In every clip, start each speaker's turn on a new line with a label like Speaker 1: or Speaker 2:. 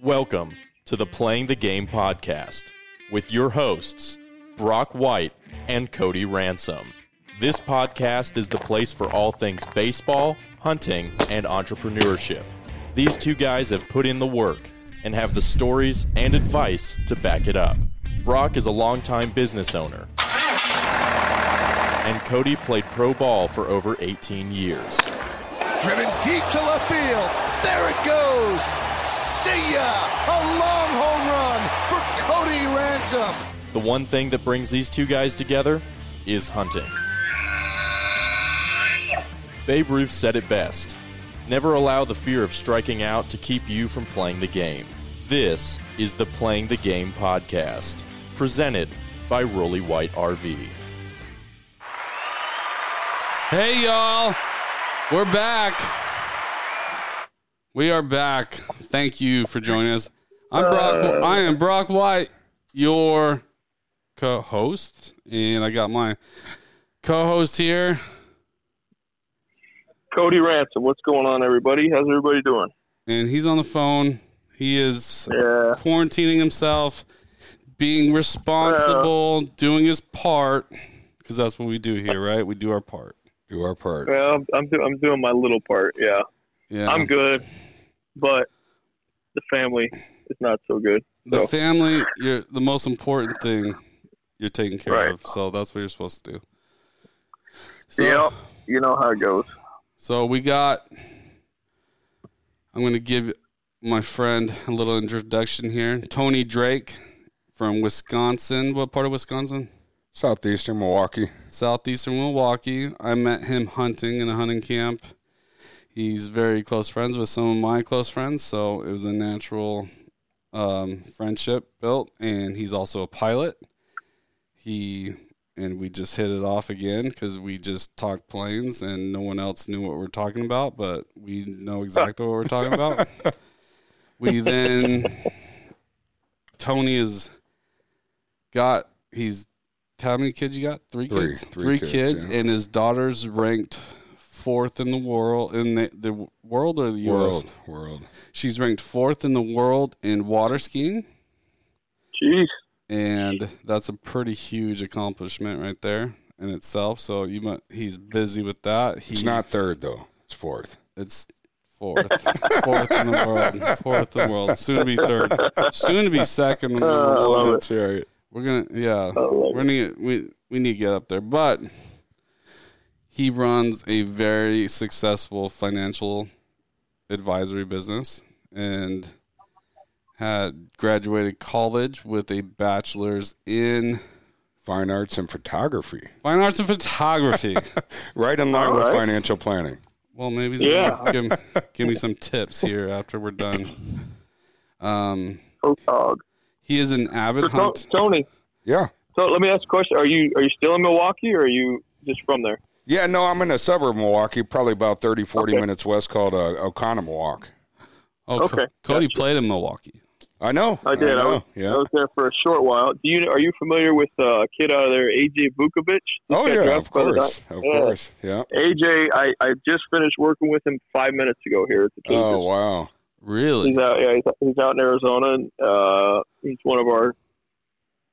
Speaker 1: Welcome to the Playing the Game podcast with your hosts, Brock White and Cody Ransom. This podcast is the place for all things baseball, hunting, and entrepreneurship. These two guys have put in the work and have the stories and advice to back it up. Brock is a longtime business owner, and Cody played pro ball for over 18 years.
Speaker 2: Driven deep to left field. There it goes. See ya! A long home run for Cody Ransom.
Speaker 1: The one thing that brings these two guys together is hunting. Babe Ruth said it best Never allow the fear of striking out to keep you from playing the game. This is the Playing the Game podcast, presented by Rolly White RV.
Speaker 3: Hey, y'all. We're back. We are back. Thank you for joining us. I'm Brock. I am Brock White, your co-host, and I got my co-host here.
Speaker 4: Cody Ransom, what's going on, everybody? How's everybody doing?
Speaker 3: and he's on the phone. He is
Speaker 4: Yeah.
Speaker 3: quarantining himself, being responsible, doing his part, because that's what we do here, right? We do our part.
Speaker 5: Do our part.
Speaker 4: Well, I'm I'm, do, I'm doing my little part. Yeah,
Speaker 3: Yeah,
Speaker 4: I'm good, but the family is not so good.
Speaker 3: the
Speaker 4: so.
Speaker 3: family. You're the most important thing you're taking care
Speaker 4: Right.
Speaker 3: of, so that's what you're supposed to do. So,
Speaker 4: Yeah, you know how it goes.
Speaker 3: so we got. I'm going to give my friend a little introduction here. Tony Drake from Wisconsin. What part of Wisconsin?
Speaker 5: Southeastern Milwaukee.
Speaker 3: southeastern Milwaukee. I met him hunting in a hunting camp. He's very close friends with some of my close friends, so it was a natural um, friendship built. And he's also a pilot. He and we just hit it off again because we just talked planes, and no one else knew what we're talking about, but we know exactly what we're talking about. We then Tony has got he's how many kids you got? Three,
Speaker 5: Three.
Speaker 3: kids.
Speaker 5: Three
Speaker 3: Three,
Speaker 5: kids,
Speaker 3: kids,
Speaker 5: yeah.
Speaker 3: and his daughter's ranked fourth in the world in the, the world or the US?
Speaker 5: World. World.
Speaker 3: She's ranked fourth in the world in water skiing,
Speaker 4: Jeez,
Speaker 3: and that's a pretty huge accomplishment right there in itself. So you mu he's busy with that. He,
Speaker 5: It's not third though. It's fourth.
Speaker 3: It's fourth. fourth in the world. Fourth in the world. Soon to be third. Soon to be second
Speaker 5: Oh,
Speaker 3: in the world.
Speaker 5: That's right.
Speaker 3: We're gonna
Speaker 5: Oh,
Speaker 3: yeah.
Speaker 4: I love
Speaker 3: We're gonna get, we we need to get up there. But he runs a very successful financial advisory business and had graduated college with a bachelor's in
Speaker 5: Fine arts and photography.
Speaker 3: fine arts and photography.
Speaker 5: Right in line
Speaker 4: All
Speaker 5: with
Speaker 4: right.
Speaker 5: financial planning.
Speaker 3: Well, maybe he's
Speaker 4: Yeah.
Speaker 3: gonna give, give me some tips here after we're done. Um,
Speaker 4: oh, dog.
Speaker 3: he is an avid
Speaker 4: So,
Speaker 3: hunt.
Speaker 4: Tony,
Speaker 5: Yeah.
Speaker 4: so let me ask a question: Are you are you still in Milwaukee, or are you just from there?
Speaker 5: Yeah, no, I'm in a suburb of Milwaukee, probably about 30, 40
Speaker 4: Okay.
Speaker 5: minutes west called uh, Oconomowoc.
Speaker 3: Oh,
Speaker 4: Okay,
Speaker 3: Co- Cody
Speaker 4: gotcha.
Speaker 3: played in Milwaukee.
Speaker 5: I know.
Speaker 4: I did. I,
Speaker 5: know.
Speaker 4: was,
Speaker 5: yeah.
Speaker 4: I was there for a short while. Do you are you familiar with uh, a kid out of there, AJ Vukovic? got
Speaker 5: oh, yeah,
Speaker 4: drafted
Speaker 5: of
Speaker 4: by the
Speaker 5: course. Of
Speaker 4: Yeah.
Speaker 5: course. Yeah. Oh,
Speaker 4: AJ, I, I just finished working with him five minutes ago here at the Kings.
Speaker 5: Oh, wow.
Speaker 3: Really?
Speaker 4: He's out. Yeah, he's, he's out in Arizona. And, uh, he's one of our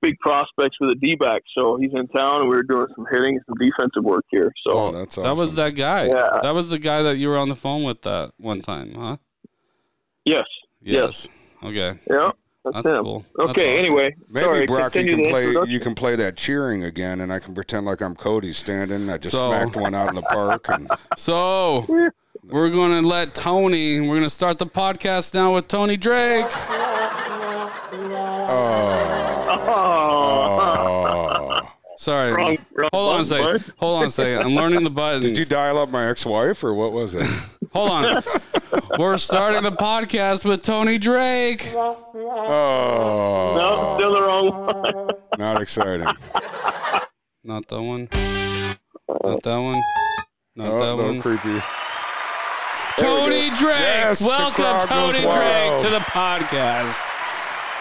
Speaker 4: big prospects for the D-backs. So he's in town, and we were doing some hitting, some defensive work here. So
Speaker 5: Oh, that's awesome.
Speaker 3: That was that guy.
Speaker 4: Yeah.
Speaker 3: That was the guy that you were on the phone with that one time, huh?
Speaker 4: yes,
Speaker 3: Yes. Okay.
Speaker 4: yeah, that's,
Speaker 3: That's
Speaker 4: him.
Speaker 3: cool.
Speaker 4: Okay.
Speaker 3: That's awesome.
Speaker 4: Anyway,
Speaker 5: Maybe
Speaker 4: sorry,
Speaker 5: Brock, you
Speaker 4: continue
Speaker 5: can
Speaker 4: the
Speaker 5: play.
Speaker 4: introduction.
Speaker 5: You can play that cheering again, and I can pretend like I'm Cody standing. and I just
Speaker 3: So-
Speaker 5: smacked one out in the park, and
Speaker 3: So we're gonna let Tony. We're gonna start the podcast now with Tony Drake.
Speaker 4: Oh,
Speaker 5: oh.
Speaker 3: Sorry.
Speaker 4: wrong, wrong
Speaker 3: Hold on a
Speaker 4: button,
Speaker 3: second. Hold on a second. I'm learning the buttons.
Speaker 5: Did you dial up my ex-wife or what was it?
Speaker 3: Hold on. We're starting the podcast with Tony Drake.
Speaker 5: Oh,
Speaker 4: bud. No, still the wrong one.
Speaker 5: not exciting.
Speaker 3: Not that one. Not that one. Not
Speaker 5: Oh,
Speaker 3: that
Speaker 5: no,
Speaker 3: one.
Speaker 5: creepy.
Speaker 3: Tony Drake.
Speaker 5: Yes, the
Speaker 3: Welcome
Speaker 5: crowd goes
Speaker 3: Tony Drake
Speaker 5: wild.
Speaker 3: to the podcast.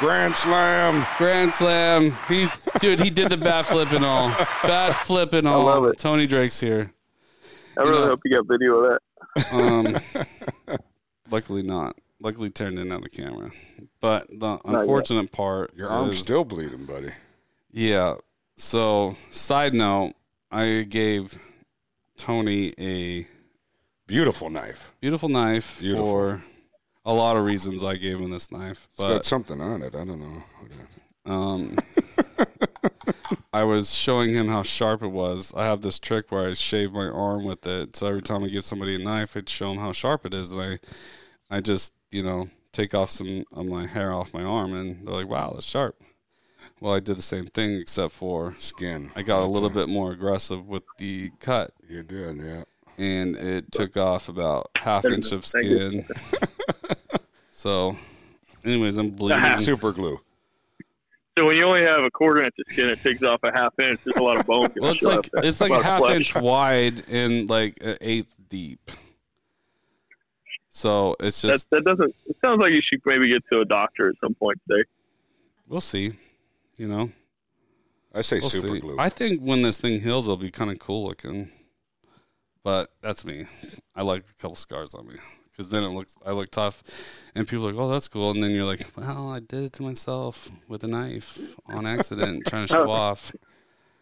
Speaker 5: Grand slam.
Speaker 3: Grand slam. He's dude. He did the bat flip and all. Bat flip and all.
Speaker 4: love it.
Speaker 3: Tony Drake's here.
Speaker 4: I really
Speaker 3: know-
Speaker 4: hope you got video of that.
Speaker 3: Um, luckily not. luckily turned in on the camera. But the
Speaker 4: yet.
Speaker 3: unfortunate part,
Speaker 5: Your arm's
Speaker 3: is-
Speaker 5: still bleeding, buddy.
Speaker 3: yeah. So, side note, I gave Tony a
Speaker 5: Beautiful knife.
Speaker 3: beautiful knife
Speaker 5: Beautiful.
Speaker 3: for a lot of reasons. I gave him this knife,
Speaker 5: It's got
Speaker 3: but
Speaker 5: something on it. I don't know.
Speaker 3: um, I was showing him how sharp it was. I have this trick where I shave my arm with it, so every time I give somebody a knife, I'd show them how sharp it is, and I, I just you know take off some of my hair off my arm, and they're like, "Wow, that's sharp." Well, I did the same thing except for
Speaker 5: Skin.
Speaker 3: I got a little bit more aggressive with the cut,
Speaker 5: You did, yeah.
Speaker 3: and it took off about half inch of
Speaker 4: Thank you.
Speaker 3: skin. so, anyways, I'm bleeding.
Speaker 5: Super glue.
Speaker 4: So when you only have a quarter inch of skin, it takes off a half inch. There's a lot of bone.
Speaker 3: Well, it's
Speaker 4: left
Speaker 3: like
Speaker 4: there.
Speaker 3: it's like
Speaker 4: Lot
Speaker 3: a
Speaker 4: of
Speaker 3: half
Speaker 4: flesh.
Speaker 3: inch wide and like an eighth deep. So it's
Speaker 4: That,
Speaker 3: just
Speaker 4: that doesn't. It sounds like you should maybe get to a doctor at some point today.
Speaker 3: we'll see. You know,
Speaker 5: I say
Speaker 3: we'll
Speaker 5: super
Speaker 3: see.
Speaker 5: glue.
Speaker 3: I think when this thing heals, it'll be kind of cool looking. But that's me. I like a couple scars on me because then it looks I look tough, and people are like, "Oh, that's cool," and then you're like, "Well, I did it to myself with a knife on accident, trying to show off."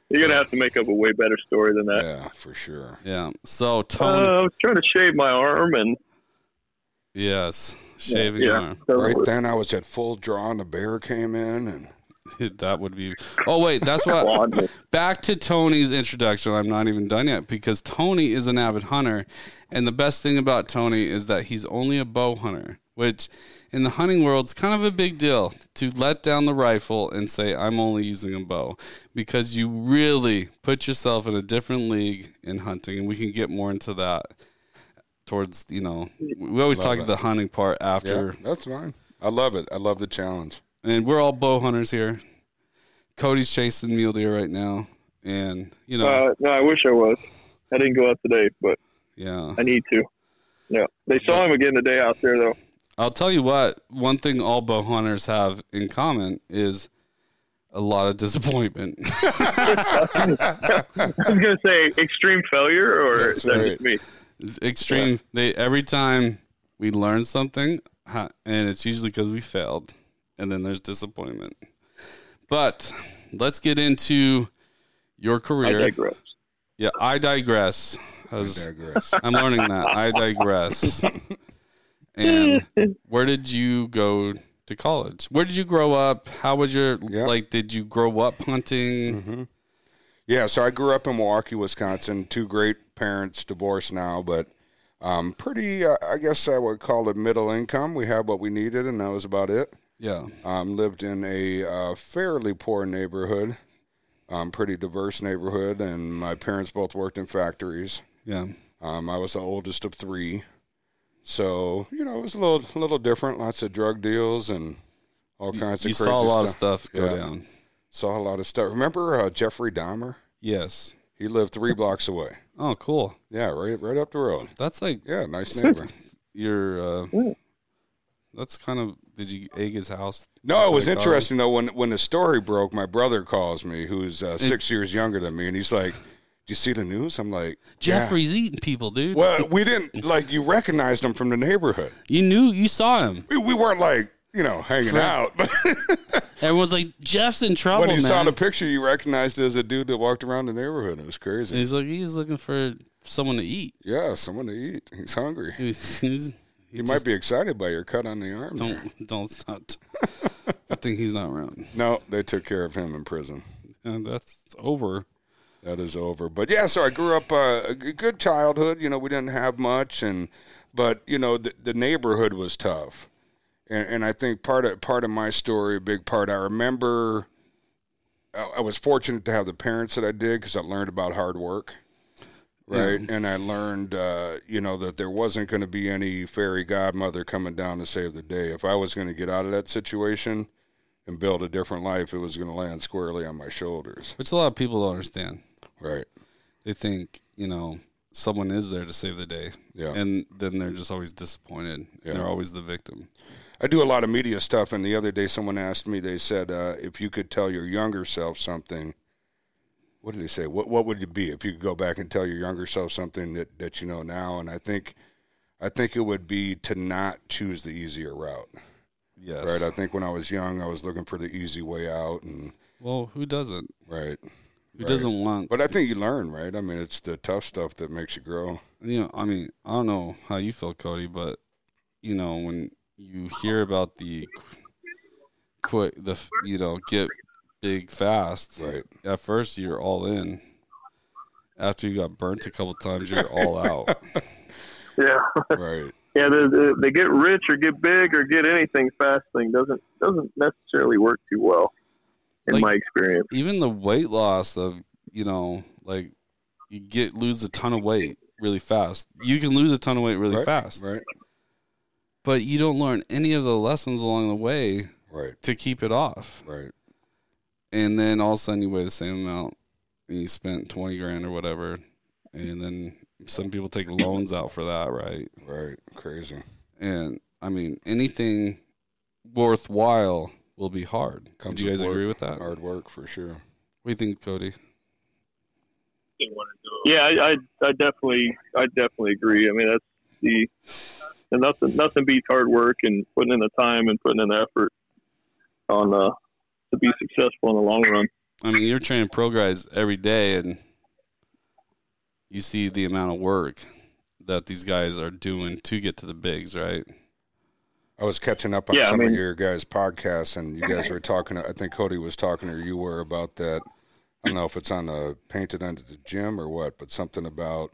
Speaker 4: You're gonna have to make up a way better story than that.
Speaker 5: yeah, for sure.
Speaker 3: Yeah. So Tony,
Speaker 4: Uh, I was trying to shave my arm, and
Speaker 3: yes, shaving
Speaker 4: yeah,
Speaker 3: arm.
Speaker 4: doesn't
Speaker 5: Right
Speaker 4: work.
Speaker 5: then, I was at full draw, and the bear came in, and
Speaker 3: that would be. Oh wait, that's what.
Speaker 4: Blonde.
Speaker 3: back to Tony's introduction. I'm not even done yet because Tony is an avid hunter, and the best thing about Tony is that he's only a bow hunter, which in the hunting world is kind of a big deal to let down the rifle and say I'm only using a bow because you really put yourself in a different league in hunting, and we can get more into that towards you know we always
Speaker 5: Love
Speaker 3: talk
Speaker 5: that.
Speaker 3: the hunting part
Speaker 5: yeah,
Speaker 3: after
Speaker 5: that's fine. I love it. I love the challenge.
Speaker 3: and we're all bow hunters here. Cody's chasing mule deer right now, and you know,
Speaker 4: Uh, no, I wish I was. I didn't go out today, but
Speaker 3: yeah.
Speaker 4: I need to. Yeah, they saw him again today out there though.
Speaker 3: I'll tell you what. One thing all bow hunters have in common is a lot of disappointment.
Speaker 4: I was gonna say extreme failure, or
Speaker 5: That's
Speaker 4: is that
Speaker 5: right.
Speaker 4: just me?
Speaker 3: It's Extreme. They every time we learn something, ha- and it's usually because we failed, and then there's disappointment. But let's get into your
Speaker 4: I
Speaker 3: career.
Speaker 4: digress.
Speaker 3: yeah, I digress.
Speaker 5: I
Speaker 3: As-
Speaker 5: digress.
Speaker 3: I'm learning that. I digress. and where did you go to college? Where did you grow up? How was your
Speaker 5: Yeah. Mm-hmm.
Speaker 3: like? Did you grow up hunting?
Speaker 5: Yeah, so I grew up in Milwaukee, Wisconsin. Two great parents, divorced now, but um, pretty, uh, I guess I would call it middle income. We had what we needed, and that was about it.
Speaker 3: Yeah,
Speaker 5: Um, lived in a uh, fairly poor neighborhood, um, pretty diverse neighborhood, and my parents both worked in factories.
Speaker 3: yeah,
Speaker 5: Um, I was the oldest of three, so you know it was a little, a little different. Lots of drug deals and all kinds
Speaker 3: you
Speaker 5: of crazy
Speaker 3: saw a lot
Speaker 5: stuff.
Speaker 3: of stuff go
Speaker 5: Yeah.
Speaker 3: down.
Speaker 5: Saw a lot of stuff. Remember uh, Jeffrey Dahmer?
Speaker 3: Yes.
Speaker 5: He lived three blocks away.
Speaker 3: Oh, cool.
Speaker 5: Yeah, right, right up the road.
Speaker 3: That's like
Speaker 5: Yeah, nice neighbor.
Speaker 3: your. Uh, that's kind of. Did you egg his house?
Speaker 5: No, it was
Speaker 3: Like, oh.
Speaker 5: interesting though. When when the story broke, my brother calls me, who's uh, six years younger than me, and he's like, "Do you see the news?" I'm like, "Yeah."
Speaker 3: Jeffrey's eating people, dude.
Speaker 5: Well, we didn't like you recognized him from the neighborhood.
Speaker 3: You knew you saw him.
Speaker 5: We, we weren't like you know hanging out, but
Speaker 3: Everyone's like, Jeff's in trouble,
Speaker 5: when you
Speaker 3: man.
Speaker 5: saw the picture, you recognized it as a dude that walked around the neighborhood. It was crazy.
Speaker 3: And he's like, he's looking for someone to eat.
Speaker 5: yeah, someone to eat. He's hungry.
Speaker 3: He was- he was-
Speaker 5: He might be excited by your cut on the arm. there.
Speaker 3: Don't don't stop. I think he's not around.
Speaker 5: No, they took care of him in prison.
Speaker 3: And that's over.
Speaker 5: that is over. But yeah, so I grew up uh, a g- good childhood. You know, we didn't have much, and but you know, the, the neighborhood was tough, and, and I think part of part of my story, a big part, I remember. I, I was fortunate to have the parents that I did because I learned about hard work. Right, and I learned, uh, you know, that there wasn't going to be any fairy godmother coming down to save the day. If I was going to get out of that situation and build a different life, it was going to land squarely on my shoulders.
Speaker 3: Which a lot of people don't understand.
Speaker 5: Right?
Speaker 3: They think, you know, someone is there to save the day.
Speaker 5: Yeah.
Speaker 3: And then they're just always disappointed.
Speaker 5: Yeah.
Speaker 3: And they're always the victim.
Speaker 5: I do a lot of media stuff, and the other day someone asked me, they said, uh, if you could tell your younger self something, what did they say? What what would it be if you could go back and tell your younger self something that, that you know now? And I think I think it would be to not choose the easier route.
Speaker 3: Yes.
Speaker 5: Right. I think when I was young, I was looking for the easy way out, and
Speaker 3: Well, who doesn't?
Speaker 5: right.
Speaker 3: Who
Speaker 5: Right.
Speaker 3: doesn't want?
Speaker 5: But I think you learn, right? I mean, it's the tough stuff that makes you grow.
Speaker 3: you know, I mean, I don't know how you feel, Cody, but you know, when you hear about the qu- quick, the f- you know, get big fast.
Speaker 5: Right.
Speaker 3: At first, you're all in. After you got burnt a couple times, you're all out.
Speaker 4: Yeah,
Speaker 5: Right.
Speaker 4: yeah. They, they, they get rich or get big or get anything fast thing doesn't doesn't necessarily work too well, in
Speaker 3: Like-
Speaker 4: my experience.
Speaker 3: Even the weight loss of you know, like you get lose a ton of weight really fast. You can lose a ton of weight really
Speaker 5: Right,
Speaker 3: fast,
Speaker 5: Right.
Speaker 3: but you don't learn any of the lessons along the way
Speaker 5: Right.
Speaker 3: to keep it off.
Speaker 5: Right.
Speaker 3: and then all of a sudden you weigh the same amount and you spent 20 grand or whatever and then some people take loans out for that right
Speaker 5: Right. Crazy.
Speaker 3: and i mean anything worthwhile will be hard
Speaker 5: Comes
Speaker 3: do you
Speaker 5: with
Speaker 3: guys
Speaker 5: work.
Speaker 3: agree with that what
Speaker 5: Hard work for sure.
Speaker 3: do you think cody
Speaker 4: Yeah, I, I, I definitely, I definitely agree. I mean, that's the and nothing, nothing beats hard work and putting in the time and putting in the effort on uh, to be successful in the long run.
Speaker 3: i mean you're training pro guys every day and you see the amount of work that these guys are doing to get to the bigs right
Speaker 5: I was catching up on
Speaker 4: Yeah, I
Speaker 5: some
Speaker 4: mean-
Speaker 5: of your guys' podcasts, and you guys were talking. I think Cody was talking, or you were about that. I don't know if it's on the painted under the gym or what, but something about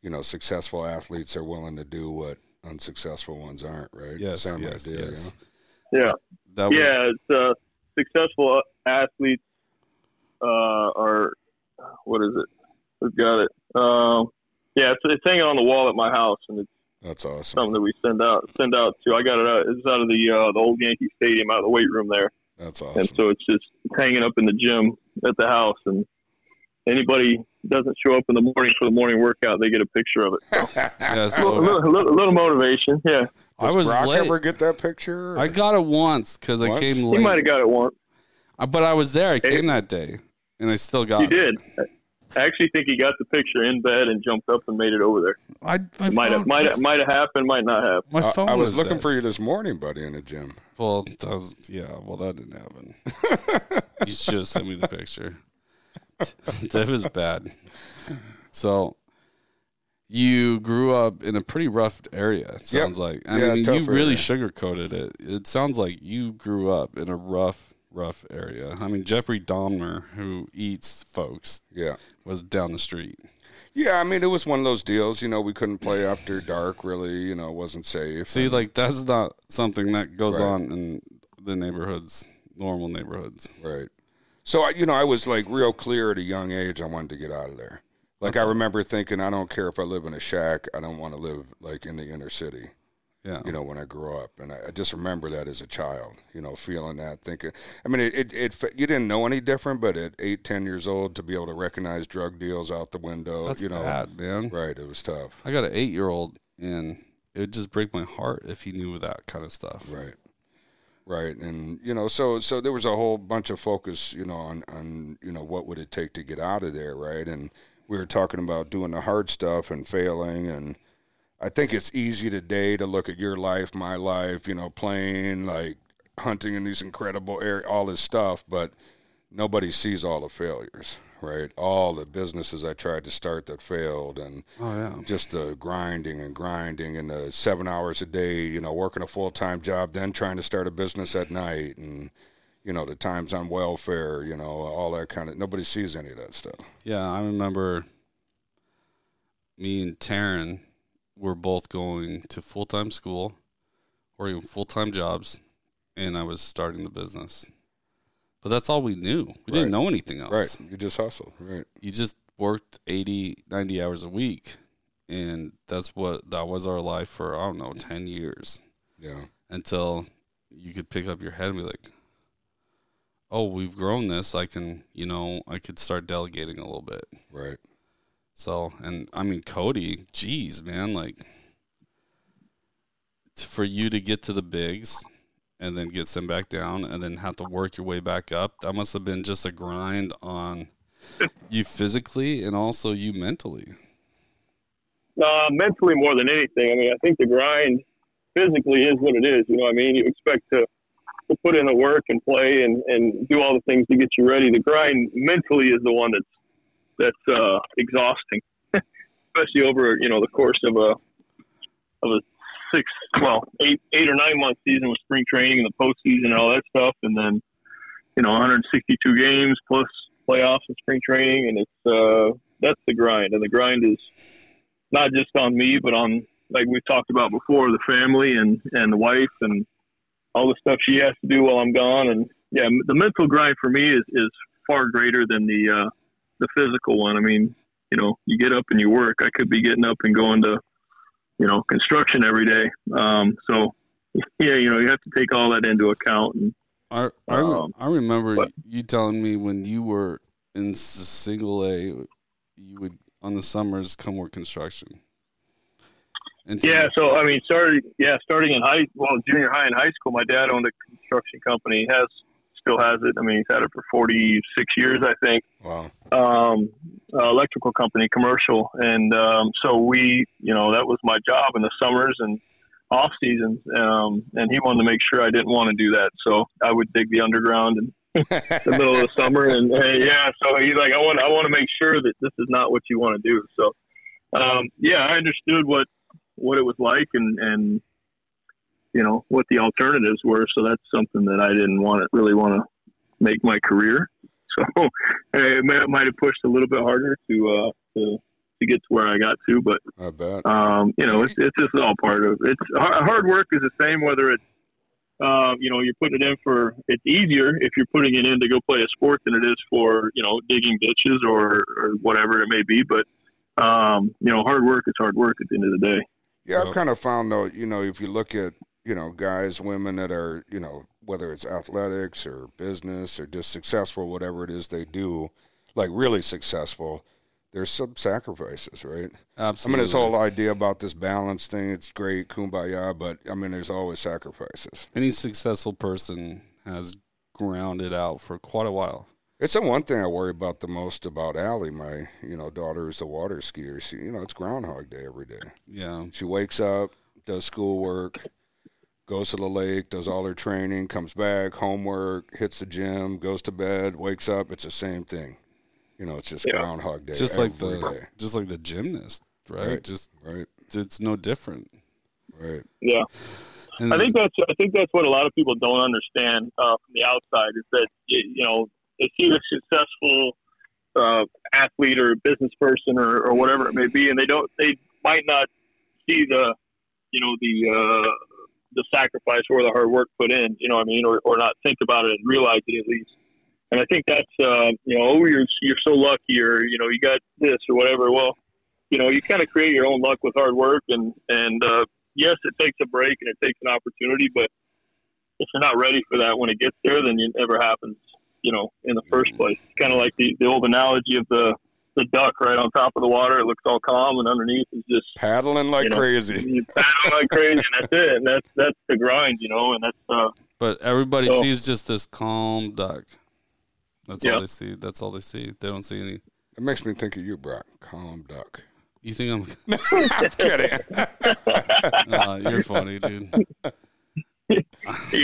Speaker 5: you know successful athletes are willing to do what unsuccessful ones aren't, right?
Speaker 3: yes
Speaker 5: Same
Speaker 3: yes
Speaker 5: idea, you
Speaker 3: yes
Speaker 5: know?
Speaker 4: Yeah,
Speaker 3: that would-
Speaker 4: yeah. It's uh, successful athletes uh, are what is it? We've got it. Um, yeah, it's, it's hanging on the wall at my house, and it's
Speaker 5: That's awesome.
Speaker 4: something that we send out send out to. I got it out. It's out of the uh, the old Yankee Stadium, out of the weight room there.
Speaker 5: That's
Speaker 4: and
Speaker 5: awesome.
Speaker 4: so it's just hanging up in the gym at the house and anybody doesn't show up in the morning for the morning workout they get a picture of it
Speaker 3: yeah,
Speaker 4: a,
Speaker 3: so-
Speaker 4: little, a little- a little motivation yeah
Speaker 3: i
Speaker 5: Does
Speaker 3: was
Speaker 5: Brock
Speaker 3: late
Speaker 5: ever get that picture?
Speaker 3: i
Speaker 5: or-
Speaker 3: got it once because i
Speaker 5: Once?
Speaker 3: came
Speaker 4: you
Speaker 3: late
Speaker 4: might have got it once
Speaker 3: Uh, But I was there. I came that day, and I still got.
Speaker 4: you
Speaker 3: it.
Speaker 4: did i actually think he got the picture in bed and jumped up and made it over there
Speaker 3: I my
Speaker 4: might have
Speaker 3: phone-
Speaker 4: might have might have happened might not have
Speaker 3: My
Speaker 5: I,
Speaker 3: phone.
Speaker 5: I was looking
Speaker 3: dead.
Speaker 5: for you this morning, buddy, in the gym.
Speaker 3: Well, that was, yeah. Well, that didn't happen. you should have sent me the picture. that was bad. So, you grew up in a pretty rough area. It sounds like. I
Speaker 5: Yeah,
Speaker 3: mean, you
Speaker 5: tough
Speaker 3: really
Speaker 5: area.
Speaker 3: sugarcoated it. It sounds like you grew up in a rough, rough area. I mean, Jeffrey Dahmer, who eats folks,
Speaker 5: Yeah.
Speaker 3: was down the street.
Speaker 5: Yeah, I mean, it was one of those deals. You know, we couldn't play after dark, really. You know, it wasn't safe.
Speaker 3: See, like that's not something that goes
Speaker 5: Right.
Speaker 3: on in the neighborhoods, normal neighborhoods.
Speaker 5: Right. So I, you know, I was like real clear at a young age. I wanted to get out of there. Like I remember thinking, I don't care if I live in a shack. I don't want to live like in the inner city.
Speaker 3: Yeah,
Speaker 5: You know, when I grew up, and I, I just remember that as a child. You know, feeling that, thinking. I mean, it, it, it fe- you didn't know any different, but at eight, ten years old, to be able to recognize drug deals out the window,
Speaker 3: that's
Speaker 5: you know,
Speaker 3: bad, man.
Speaker 5: right? It was tough.
Speaker 3: I got an eight-year-old, and it would just break my heart if he knew that kind of stuff.
Speaker 5: Right. Right. And you know, so so there was a whole bunch of focus, you know, on on you know what would it take to get out of there, right? And we were talking about doing the hard stuff and failing and I think it's easy today to look at your life, my life, you know, playing like hunting in these incredible area, all this stuff, but nobody sees all the failures, right? All the businesses I tried to start that failed and
Speaker 3: Oh yeah,
Speaker 5: just the grinding and grinding and the seven hours a day, you know, working a full time job, then trying to start a business at night and, you know, the times on welfare, you know, all that kind of nobody sees any of that stuff.
Speaker 3: yeah. I remember me and Taryn were both going to full-time school, working full-time jobs, and I was starting the business. But that's all we knew. We
Speaker 5: Right.
Speaker 3: didn't know anything else.
Speaker 5: Right. You just hustle. Right.
Speaker 3: you just worked 80 90 hours a week and that's what that was our life for i don't know 10 years
Speaker 5: Yeah.
Speaker 3: until you could pick up your head and be like oh we've grown this i can you know i could start delegating a little bit
Speaker 5: Right.
Speaker 3: so and i mean cody geez man like t- for you to get to the bigs and then get sent back down and then have to work your way back up that must have been just a grind on you physically and also you mentally
Speaker 4: Uh, mentally, more than anything. I mean, I think the grind physically is what it is. You know, what I mean, you expect to, to put in the work and play and, and do all the things to get you ready. The grind mentally is the one that's that's uh, exhausting, especially over you know the course of a of a six, well, eight eight or nine month season with spring training and the postseason and all that stuff, and then you know 162 games plus playoffs and spring training, and it's uh, that's the grind, and the grind is not just on me, but on like we've talked about before, the family and and the wife and all the stuff she has to do while I'm gone. And yeah, m- the mental grind for me is is far greater than the uh, the physical one. I mean, you know, you get up and you work. I could be getting up and going to you know construction every day. Um, so yeah, you know, you have to take all that into account. And
Speaker 3: I I, re-
Speaker 4: Um,
Speaker 3: I remember
Speaker 4: but-
Speaker 3: you telling me when you were in s- single A, you would on the summers come work construction. And
Speaker 4: Yeah, so I mean, started yeah, starting in high well, junior high and high school. My dad owned a construction company. He has still has it. I mean, he's had it for forty six years, I think.
Speaker 5: Wow.
Speaker 4: Um, uh, electrical company, commercial, and um, so we, you know, that was my job in the summers and off seasons. Um, and he wanted to make sure I didn't want to do that, so I would dig the underground and the middle of the summer, and uh, yeah, so he's like, I want, I want to make sure that this is not what you want to do. So, um, yeah, I understood what what it was like, and and you know what the alternatives were. So that's something that I didn't want to really want to make my career. So it might, might have pushed a little bit harder to uh, to to get to where I got to, but
Speaker 5: I bet.
Speaker 4: um, you know, it's, it's just all part of it's har- hard work is the same whether it's uh, you know you're putting it in for it's easier if you're putting it in to go play a sport than it is for you know digging ditches or, or whatever it may be. But um, you know, hard work is hard work at the end of the day.
Speaker 5: Yeah,
Speaker 3: Uh,
Speaker 5: I've kind of found though, you know, if you look at, you know, guys, women that are, you know, whether it's athletics or business or just successful, whatever it is they do, like really successful, there's some sacrifices, right? I mean,
Speaker 3: absolutely.
Speaker 5: this whole idea about this balance thing, it's great, kumbaya, but I mean, there's always sacrifices.
Speaker 3: any successful person has grounded out for quite a while.
Speaker 5: It's the one thing I worry about the most about Allie, my, you know, daughter is a water skier. She, you know, it's Groundhog Day every day.
Speaker 3: Yeah,
Speaker 5: She wakes up, does schoolwork, goes to the lake, does all her training, comes back, homework, hits the gym, goes to bed, wakes up. It's the same thing. You know, it's just
Speaker 4: Yeah.
Speaker 5: Groundhog Day.
Speaker 3: just like
Speaker 5: every
Speaker 3: the
Speaker 5: day,
Speaker 3: just like the gymnast, right?
Speaker 5: Right.
Speaker 3: Just
Speaker 5: right,
Speaker 3: it's no different.
Speaker 5: right.
Speaker 4: Yeah,
Speaker 3: And
Speaker 4: I think that's I think that's what a lot of people don't understand uh, from the outside is that y- you know they see the successful uh, athlete or business person or, or whatever it may be, and they don't they might not see the you know the uh, the sacrifice or the hard work put in, you know what I mean, or, or not think about it and realize it at least. And I think that's uh, you know oh you're you're so lucky or you know you got this or whatever. Well, you know you kind of create your own luck with hard work and and uh, yes, it takes a break and it takes an opportunity, but if you're not ready for that when it gets there, then it never happens, you know, in the first place. It's kind of like the, the old analogy of the, the duck right on top of the water. It looks all calm, and underneath is just
Speaker 5: Paddling like
Speaker 4: You know,
Speaker 5: crazy.
Speaker 4: you paddle like crazy, and that's it. And that's that's the grind, you know, and that's uh,
Speaker 3: But everybody
Speaker 4: So-
Speaker 3: sees just this calm duck. That's
Speaker 4: Yeah.
Speaker 3: all they see. That's all they see. They don't see any.
Speaker 5: It makes me think of you, Brock. Calm duck.
Speaker 3: You think
Speaker 5: I'm kidding.
Speaker 3: I'm? Uh, you're funny, dude.
Speaker 4: yeah,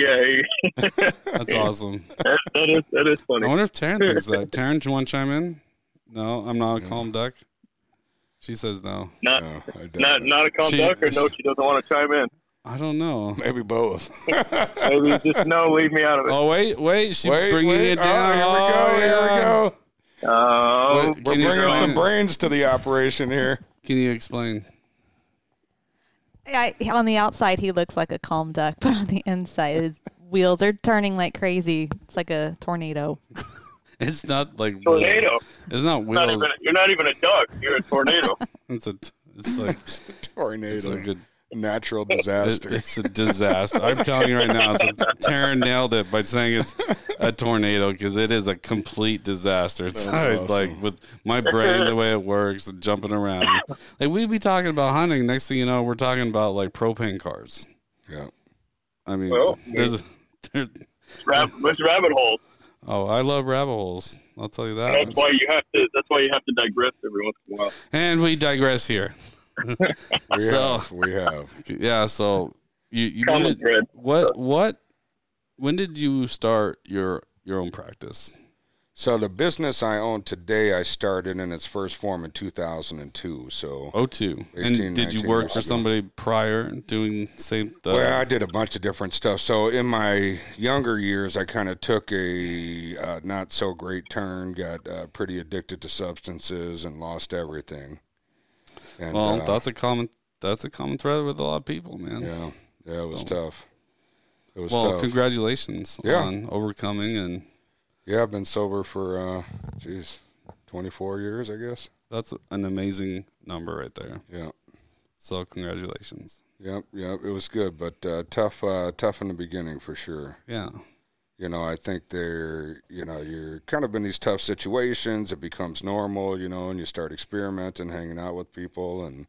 Speaker 3: That's awesome.
Speaker 4: that, that is that is
Speaker 3: I
Speaker 4: funny.
Speaker 3: wonder if Taryn thinks that. Taryn, you want to chime in? No, I'm not a calm duck. She says no.
Speaker 4: Not
Speaker 5: No, I doubt
Speaker 4: not
Speaker 5: it.
Speaker 4: not a calm
Speaker 3: She-
Speaker 4: duck, or no, she doesn't want to chime in.
Speaker 3: I don't know.
Speaker 5: Maybe both.
Speaker 4: Maybe just no, leave me out of it.
Speaker 3: Oh wait, wait. She's
Speaker 5: wait,
Speaker 3: bringing
Speaker 5: wait.
Speaker 3: it down.
Speaker 5: Oh, here we go.
Speaker 3: Oh, yeah.
Speaker 5: Here we go.
Speaker 4: Oh,
Speaker 3: Wait,
Speaker 5: We're
Speaker 3: can you
Speaker 5: bringing
Speaker 3: explain
Speaker 5: some
Speaker 3: it?
Speaker 5: brains to the operation here.
Speaker 3: Can you explain?
Speaker 6: I, on the outside, he looks like a calm duck, but on the inside, his wheels are turning like crazy. It's like a tornado.
Speaker 3: It's not like wheel-
Speaker 4: tornado.
Speaker 3: It's not
Speaker 4: Not
Speaker 3: wheels.
Speaker 4: even, you're not even a duck. You're a tornado.
Speaker 3: It's a. t- It's like
Speaker 5: Tornado.
Speaker 3: it's like a.
Speaker 5: natural
Speaker 3: It,
Speaker 5: disaster.
Speaker 3: it's a disaster. I'm telling you right now. It's a, Taryn nailed it by saying it's a tornado because it is a complete disaster. It's like-
Speaker 5: That's awesome.
Speaker 3: like with my brain the way it works, and jumping around. Like we'd be talking about hunting. Next thing you know, we're talking about like propane cars.
Speaker 5: yeah.
Speaker 3: I mean,
Speaker 4: Well,
Speaker 3: there's a. There,
Speaker 4: Rab- it's rabbit holes.
Speaker 3: oh, I love rabbit holes. I'll tell you that.
Speaker 4: That's why you have to. That's why you have to digress every once in a while.
Speaker 3: And we digress here.
Speaker 5: We
Speaker 3: So-
Speaker 5: have. We have.
Speaker 3: Yeah. So you you
Speaker 4: Common
Speaker 3: did-
Speaker 4: thread.
Speaker 3: what what when did you start your your own practice?
Speaker 5: So the business I own today, I started in its first form in 2002. So.
Speaker 3: Oh two.
Speaker 5: 18,
Speaker 3: And did you
Speaker 5: 19
Speaker 3: work
Speaker 5: years
Speaker 3: for
Speaker 5: ago.
Speaker 3: somebody prior doing same thing?
Speaker 5: Well, I did a bunch of different stuff. So in my younger years, I kind of took a uh, not so great turn, got uh, pretty addicted to substances, and lost everything. And,
Speaker 3: well,
Speaker 5: uh,
Speaker 3: that's a common that's a common thread with a lot of people, man.
Speaker 5: yeah, yeah, it was
Speaker 3: So-
Speaker 5: tough. It was
Speaker 3: Well,
Speaker 5: tough.
Speaker 3: congratulations
Speaker 5: Yeah.
Speaker 3: on overcoming and
Speaker 5: yeah, I've been sober for uh, geez, 24 years, I guess.
Speaker 3: that's an amazing number right there.
Speaker 5: Yeah.
Speaker 3: So congratulations.
Speaker 5: Yep, yep, it was good, but uh, tough, uh, tough in the beginning for sure.
Speaker 3: Yeah.
Speaker 5: you know, I think they're, you know, you're kind of in these tough situations. It becomes normal, you know, and you start experimenting, hanging out with people, and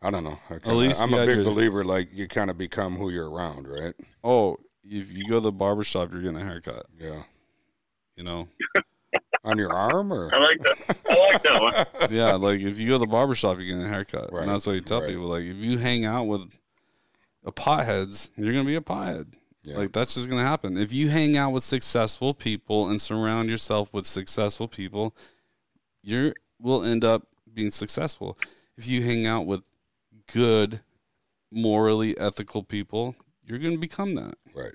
Speaker 5: I don't know. I kinda,
Speaker 3: least
Speaker 5: I'm
Speaker 3: you
Speaker 5: a
Speaker 3: had
Speaker 5: big
Speaker 3: your-
Speaker 5: believer. Like you kind of become who you're around, right?
Speaker 3: Oh, if you go to the barber shop, you're getting a haircut,
Speaker 5: Yeah.
Speaker 3: you know?
Speaker 5: On your arm, or
Speaker 4: I like that. I like that one.
Speaker 3: yeah, like if you go to the barber shop, you're getting a haircut.
Speaker 5: Right,
Speaker 3: And that's what you tell
Speaker 5: right.
Speaker 3: people. Like if you hang out with a potheads, you're gonna be a pothead.
Speaker 5: Yeah.
Speaker 3: Like that's just gonna happen. If you hang out with successful people and surround yourself with successful people, you will end up being successful. If you hang out with good, morally ethical people, you're gonna become that.
Speaker 5: right?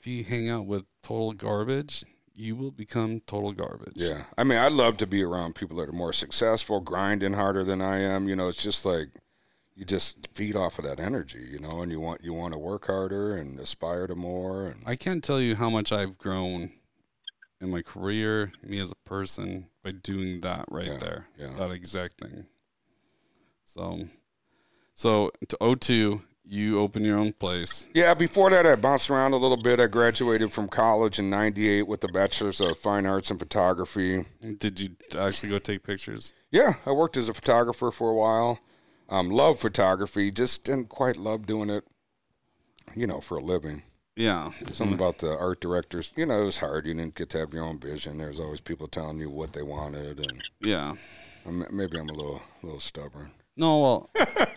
Speaker 3: If you hang out with total garbage, you will become total garbage.
Speaker 5: Yeah. I mean, I love to be around people that are more successful, grinding harder than I am. You know, it's just like you just feed off of that energy, you know, and you want you want to work harder and aspire to more. And
Speaker 3: I can't tell you how much I've grown in my career, me as a person, by doing that right
Speaker 5: Yeah,
Speaker 3: there,
Speaker 5: yeah.
Speaker 3: that exact thing. So, so to O2, you open your own place.
Speaker 5: Yeah, before that, I bounced around a little bit. I graduated from college in '98 with a bachelor's of fine arts in photography.
Speaker 3: Did you actually go take pictures?
Speaker 5: Yeah, I worked as a photographer for a while. Um, loved photography, just didn't quite love doing it, you know, for a living.
Speaker 3: Yeah,
Speaker 5: Something about the art directors, you know, it was hard. You didn't get to have your own vision. There's always people telling you what they wanted, and
Speaker 3: yeah.
Speaker 5: I'm, maybe I'm a little, little stubborn.
Speaker 3: No,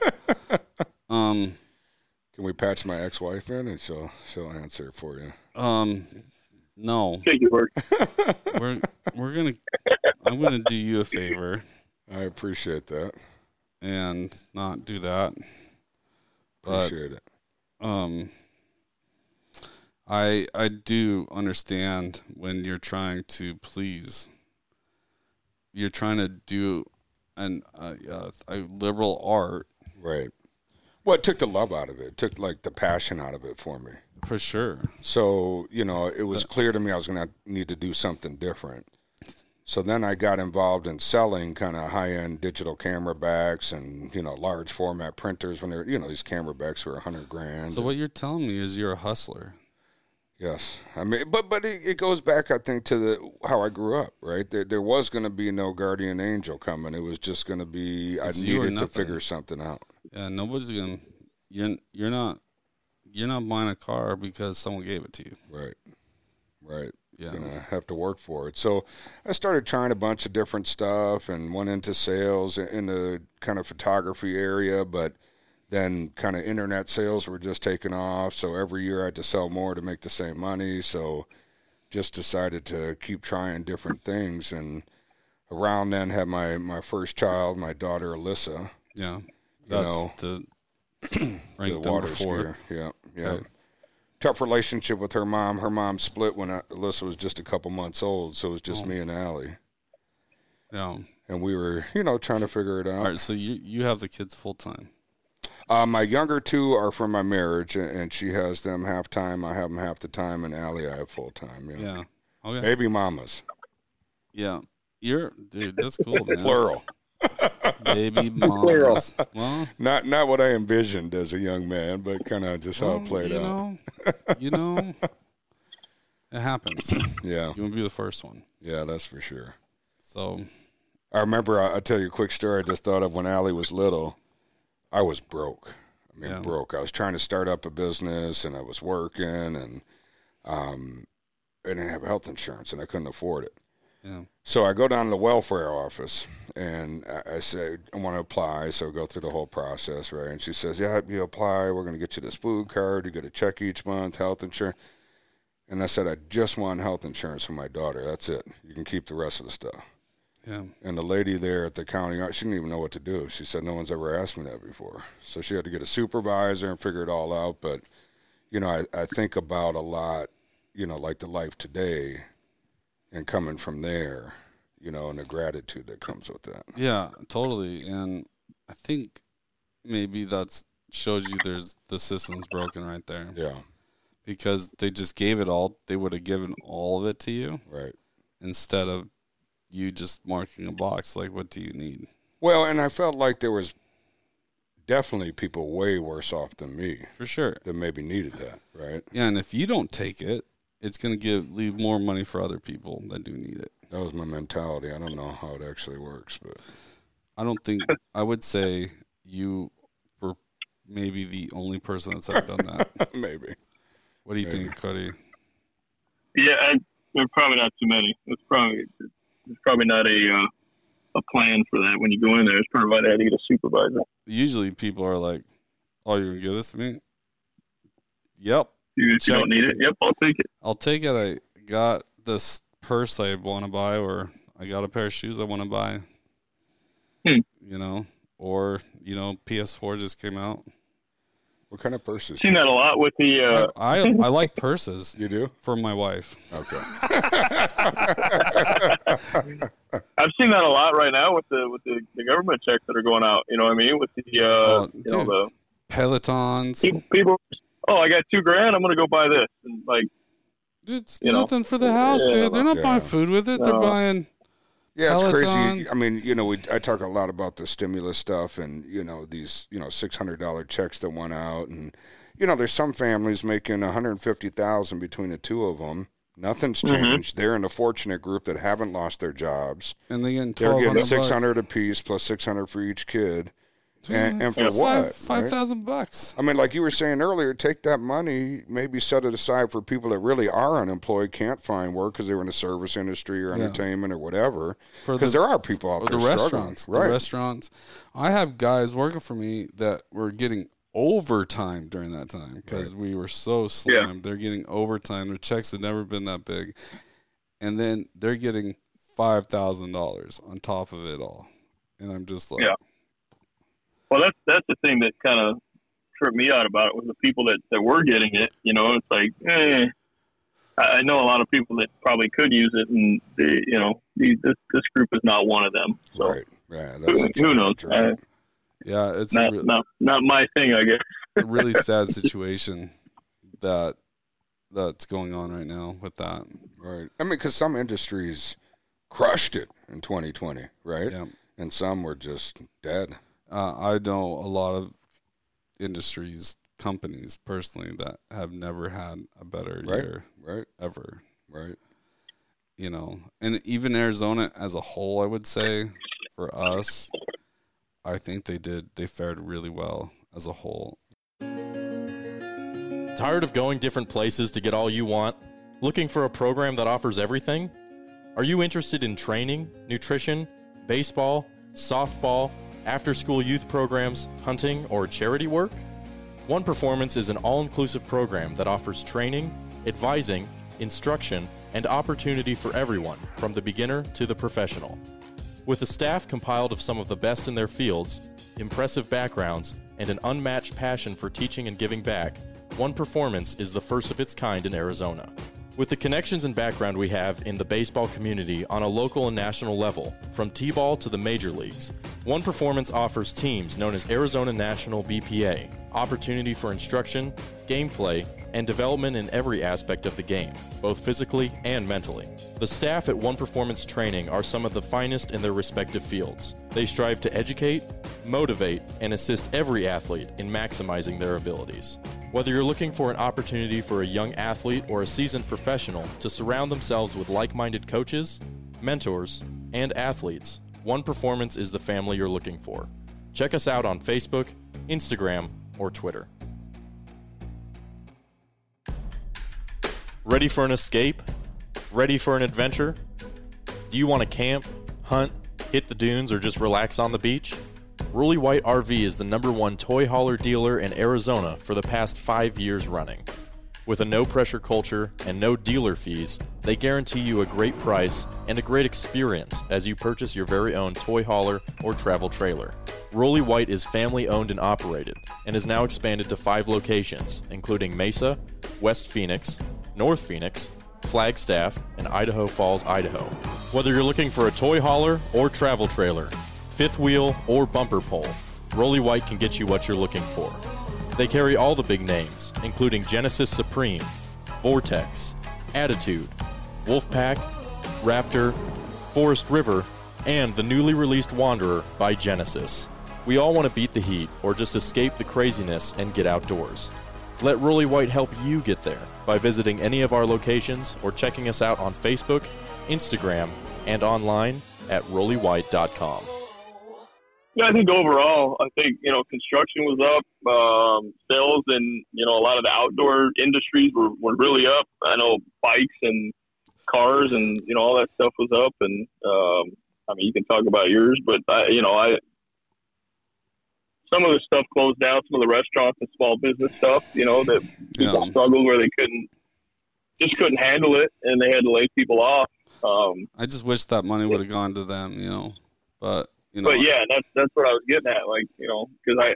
Speaker 3: well, um,
Speaker 5: Can we patch my ex-wife in, and she'll, she'll answer it for you?
Speaker 3: um, no,
Speaker 4: Thank you, Bert.
Speaker 3: we're we're gonna. I'm gonna do you a favor
Speaker 5: I appreciate that.
Speaker 3: and not do that. But
Speaker 5: Appreciate it.
Speaker 3: um i i do understand when you're trying to please you're trying to do an uh, uh, a liberal art
Speaker 5: Right. Well, it took the love out of it. It took like the passion out of it for me.
Speaker 3: for sure
Speaker 5: So, you know, it was clear to me I was going to need to do something different. So then I got involved in selling kind of high end digital camera backs and, you know, large format printers when they're, you know, these camera backs were a hundred grand.
Speaker 3: so what you're telling me is you're a hustler
Speaker 5: Yes, I mean, but but it, it goes back, I think, to the how I grew up. Right, there there was going to be no guardian angel coming. It was just going to be
Speaker 3: It's
Speaker 5: I
Speaker 3: you or
Speaker 5: needed to
Speaker 3: nothing.
Speaker 5: figure something out.
Speaker 3: yeah nobody's gonna you're you're not you're not buying a car because someone gave it to you
Speaker 5: Right, right.
Speaker 3: yeah
Speaker 5: gonna have to work for it. So I started trying a bunch of different stuff and went into sales in the kind of photography area, but then kind of internet sales were just taking off. So every year I had to sell more to make the same money. So just decided to keep trying different things and around then had my my first child, my daughter Alyssa,
Speaker 3: yeah that's
Speaker 5: know,
Speaker 3: the
Speaker 5: the
Speaker 3: rank
Speaker 5: water
Speaker 3: number four
Speaker 5: skier. Yeah, yeah.
Speaker 3: Okay.
Speaker 5: Tough relationship with her mom. Her mom split when I- Alyssa was just a couple months old, so it was just
Speaker 3: Oh.
Speaker 5: me and Allie.
Speaker 3: yeah
Speaker 5: and we were, you know, trying to figure it
Speaker 3: all
Speaker 5: out.
Speaker 3: right so you you have the kids full time
Speaker 5: Uh, my younger two are from my marriage, a- and she has them half time. I have them half the time, and Allie I have full time. Yeah.
Speaker 3: yeah okay
Speaker 5: baby mamas,
Speaker 3: Yeah. You're dude, that's cool, man.
Speaker 5: plural.
Speaker 3: Baby mamas. Well,
Speaker 5: Not not what I envisioned as a young man, but kind of just how
Speaker 3: well,
Speaker 5: it played
Speaker 3: you
Speaker 5: out.
Speaker 3: know, you know, it happens. You
Speaker 5: Yeah,
Speaker 3: want to be the first one.
Speaker 5: yeah, that's for sure.
Speaker 3: So
Speaker 5: I remember. I, I'll tell you a quick story. I just thought of when Allie was little. I was broke. I mean,
Speaker 3: Yeah.
Speaker 5: broke. I was trying to start up a business, and I was working, and um, I didn't have health insurance, and I couldn't afford it.
Speaker 3: Yeah.
Speaker 5: So I go down to the welfare office and I- I say, I want to apply. So go through the whole process, right? And she says, Yeah, you apply. We're going to get you this food card. You get a check each month, health insurance. And I said, I just want health insurance for my daughter. That's it. You can keep the rest of the stuff.
Speaker 3: Yeah.
Speaker 5: And the lady there at the county, uh, she didn't even know what to do. She said, No one's ever asked me that before. So she had to get a supervisor and figure it all out. But, you know, I, I think about a lot, you know, like the life today and coming from there, you know, and the gratitude that comes with that.
Speaker 3: Yeah, totally. And I think maybe that's shows you there's the system's broken right there
Speaker 5: Yeah,
Speaker 3: because they just gave it all. They would have given all of it to you
Speaker 5: right.
Speaker 3: instead of you just marking a box like, "What do you need?"
Speaker 5: Well, and I felt like there was definitely people way worse off than me
Speaker 3: For sure.
Speaker 5: that maybe needed that, right?
Speaker 3: Yeah, and if you don't take it, it's gonna give leave more money for other people that do need it.
Speaker 5: That was my mentality. I don't know how it actually works, but
Speaker 3: I don't think I would say you were maybe the only person that's ever done that.
Speaker 5: maybe.
Speaker 3: What do you
Speaker 5: Maybe.
Speaker 3: think, Cody?
Speaker 4: Yeah, and there are probably not too many. It's probably it's probably not a uh, a plan for that when you go in there. It's probably why they had to get a supervisor.
Speaker 3: Usually, people are like, "Oh, you're gonna give this to me?" Yep,
Speaker 4: You, if you don't need it, yep, I'll take it.
Speaker 3: I'll take it. I got this purse I want to buy, or I got a pair of shoes I want to buy.
Speaker 4: Hmm.
Speaker 3: You know, or you know, PS4 just came out.
Speaker 5: What kind of purses?
Speaker 4: Seen that a lot with the uh,
Speaker 3: I I like purses
Speaker 5: You do?
Speaker 3: for my wife.
Speaker 5: Okay.
Speaker 4: I've seen that a lot right now with the with the, the government checks that are going out. You know what I mean? With the uh,
Speaker 3: Oh,
Speaker 4: you know
Speaker 3: dude.
Speaker 4: the
Speaker 3: Pelotons.
Speaker 4: people, people. Oh, I got two grand. I'm gonna go buy this. And like,
Speaker 3: It's
Speaker 4: You know?
Speaker 3: nothing for the house,
Speaker 4: Yeah.
Speaker 3: dude. They're not
Speaker 5: Yeah.
Speaker 3: buying food with it. They're
Speaker 4: No.
Speaker 3: buying.
Speaker 5: Yeah, it's crazy.
Speaker 3: Peloton.
Speaker 5: I mean, you know, we I talk a lot about the stimulus stuff and, you know, these, you know, six hundred dollar checks that went out and you know, there's some families making one hundred fifty thousand between the two of them. Nothing's
Speaker 3: Mm-hmm.
Speaker 5: changed. They're in the fortunate group that haven't lost their jobs.
Speaker 3: And they're getting
Speaker 5: They're
Speaker 3: twelve
Speaker 5: getting
Speaker 3: hundred.
Speaker 5: six hundred apiece plus six hundred for each kid. And, and for
Speaker 3: Five
Speaker 5: what? right?
Speaker 3: five thousand bucks.
Speaker 5: I mean, like you were saying earlier, take that money, maybe set it aside for people that really are unemployed, can't find work because they were in the service industry or entertainment or whatever.
Speaker 3: For
Speaker 5: Because
Speaker 3: the-
Speaker 5: there are people out
Speaker 3: Or the
Speaker 5: there struggling,
Speaker 3: restaurants.
Speaker 5: right?
Speaker 3: The restaurants. I have guys working for me that were getting overtime during that time because we were so slammed. They're getting overtime. Their checks had never been that big, and then they're getting five thousand dollars on top of it all. And I'm just like,
Speaker 4: Yeah. well, that's that's the thing that kind of tripped me out about it was the people that that were getting it. You know, it's like, eh. I I know a lot of people that probably could use it, and they, you know, these this this group is not one of them. So
Speaker 5: Right. Yeah. That's
Speaker 4: who,
Speaker 5: the
Speaker 4: who knows?
Speaker 5: challenge, right?
Speaker 4: Uh,
Speaker 3: yeah, it's
Speaker 4: not,
Speaker 3: really,
Speaker 4: not not my thing, I guess.
Speaker 3: a really sad situation that that's going on right now with that.
Speaker 5: right. I mean, because some industries crushed it in 2020, right?
Speaker 3: Yeah.
Speaker 5: And some were just dead.
Speaker 3: Uh, I know a lot of industries, companies personally that have never had a better
Speaker 5: Right.
Speaker 3: year
Speaker 5: Right.
Speaker 3: ever.
Speaker 5: Right.
Speaker 3: You know, and even Arizona as a whole, I would say for us, I think they did. They fared really well as a whole.
Speaker 1: Tired of going different places to get all you want? Looking for a program that offers everything? Are you interested in training, nutrition, baseball, softball, after school youth programs, hunting, or charity work? One Performance is an all inclusive program that offers training, advising, instruction, and opportunity for everyone, from the beginner to the professional. With a staff compiled of some of the best in their fields, impressive backgrounds, and an unmatched passion for teaching and giving back, One Performance is the first of its kind in Arizona. With the connections and background we have in the baseball community on a local and national level, from T ball to the major leagues, One Performance offers teams known as Arizona National BPA opportunity for instruction, gameplay, and development in every aspect of the game, both physically and mentally. The staff at One Performance Training are some of the finest in their respective fields. They strive to educate, motivate, and assist every athlete in maximizing their abilities. Whether you're looking for an opportunity for a young athlete or a seasoned professional to surround themselves with like minded coaches, mentors, and athletes, One Performance is the family you're looking for. Check us out on Facebook, Instagram, or Twitter. Ready for an escape? Ready for an adventure? Do you want to camp, hunt, hit the dunes, or just relax on the beach? Rolly White RV is the number one toy hauler dealer in Arizona for the past five years running. With a no pressure culture and no dealer fees, they guarantee you a great price and a great experience as you purchase your very own toy hauler or travel trailer. Rolly White is family owned and operated and is now expanded to five locations, including Mesa, West Phoenix, North Phoenix, Flagstaff, and Idaho Falls, Idaho. Whether you're looking for a toy hauler or travel trailer, fifth wheel or bumper pole, Rolly White can get you what you're looking for. They carry all the big names, including Genesis Supreme, Vortex, Attitude, Wolfpack, Raptor, Forest River, and the newly released Wanderer by Genesis. We all want to beat the heat or just escape the craziness and get outdoors. Let Rolly White help you get there by visiting any of our locations or checking us out on Facebook, Instagram, and online at rollywhite.com.
Speaker 4: Yeah, I think overall, I think you know construction was up, um, sales, and you know a lot of the outdoor industries were, were really up. I know bikes and cars and you know all that stuff was up, and um, I mean you can talk about yours, but I, you know I some of the stuff closed down, some of the restaurants and small business stuff, you know that people
Speaker 3: Yeah.
Speaker 4: struggled where they couldn't just couldn't handle it, and they had to lay people off. Um,
Speaker 3: I just wish that money would have gone to them, you know. But you know,
Speaker 4: But yeah, that's that's what I was getting at. Like you know, because I,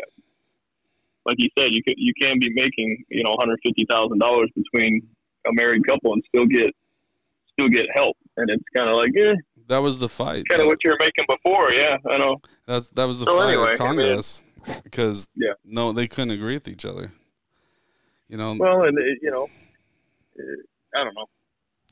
Speaker 4: like you said, you could you can be making you know one hundred fifty thousand dollars between a married couple and still get still get help, and it's kind of like yeah,
Speaker 3: that was the fight.
Speaker 4: kind of what you were making before. Yeah, I know.
Speaker 3: That's that was the
Speaker 4: So
Speaker 3: fight
Speaker 4: anyway, I mean-
Speaker 3: of Congress because
Speaker 4: Yeah.
Speaker 3: no, they couldn't agree with each other. You know,
Speaker 4: Well, and it, you know, it, I don't know.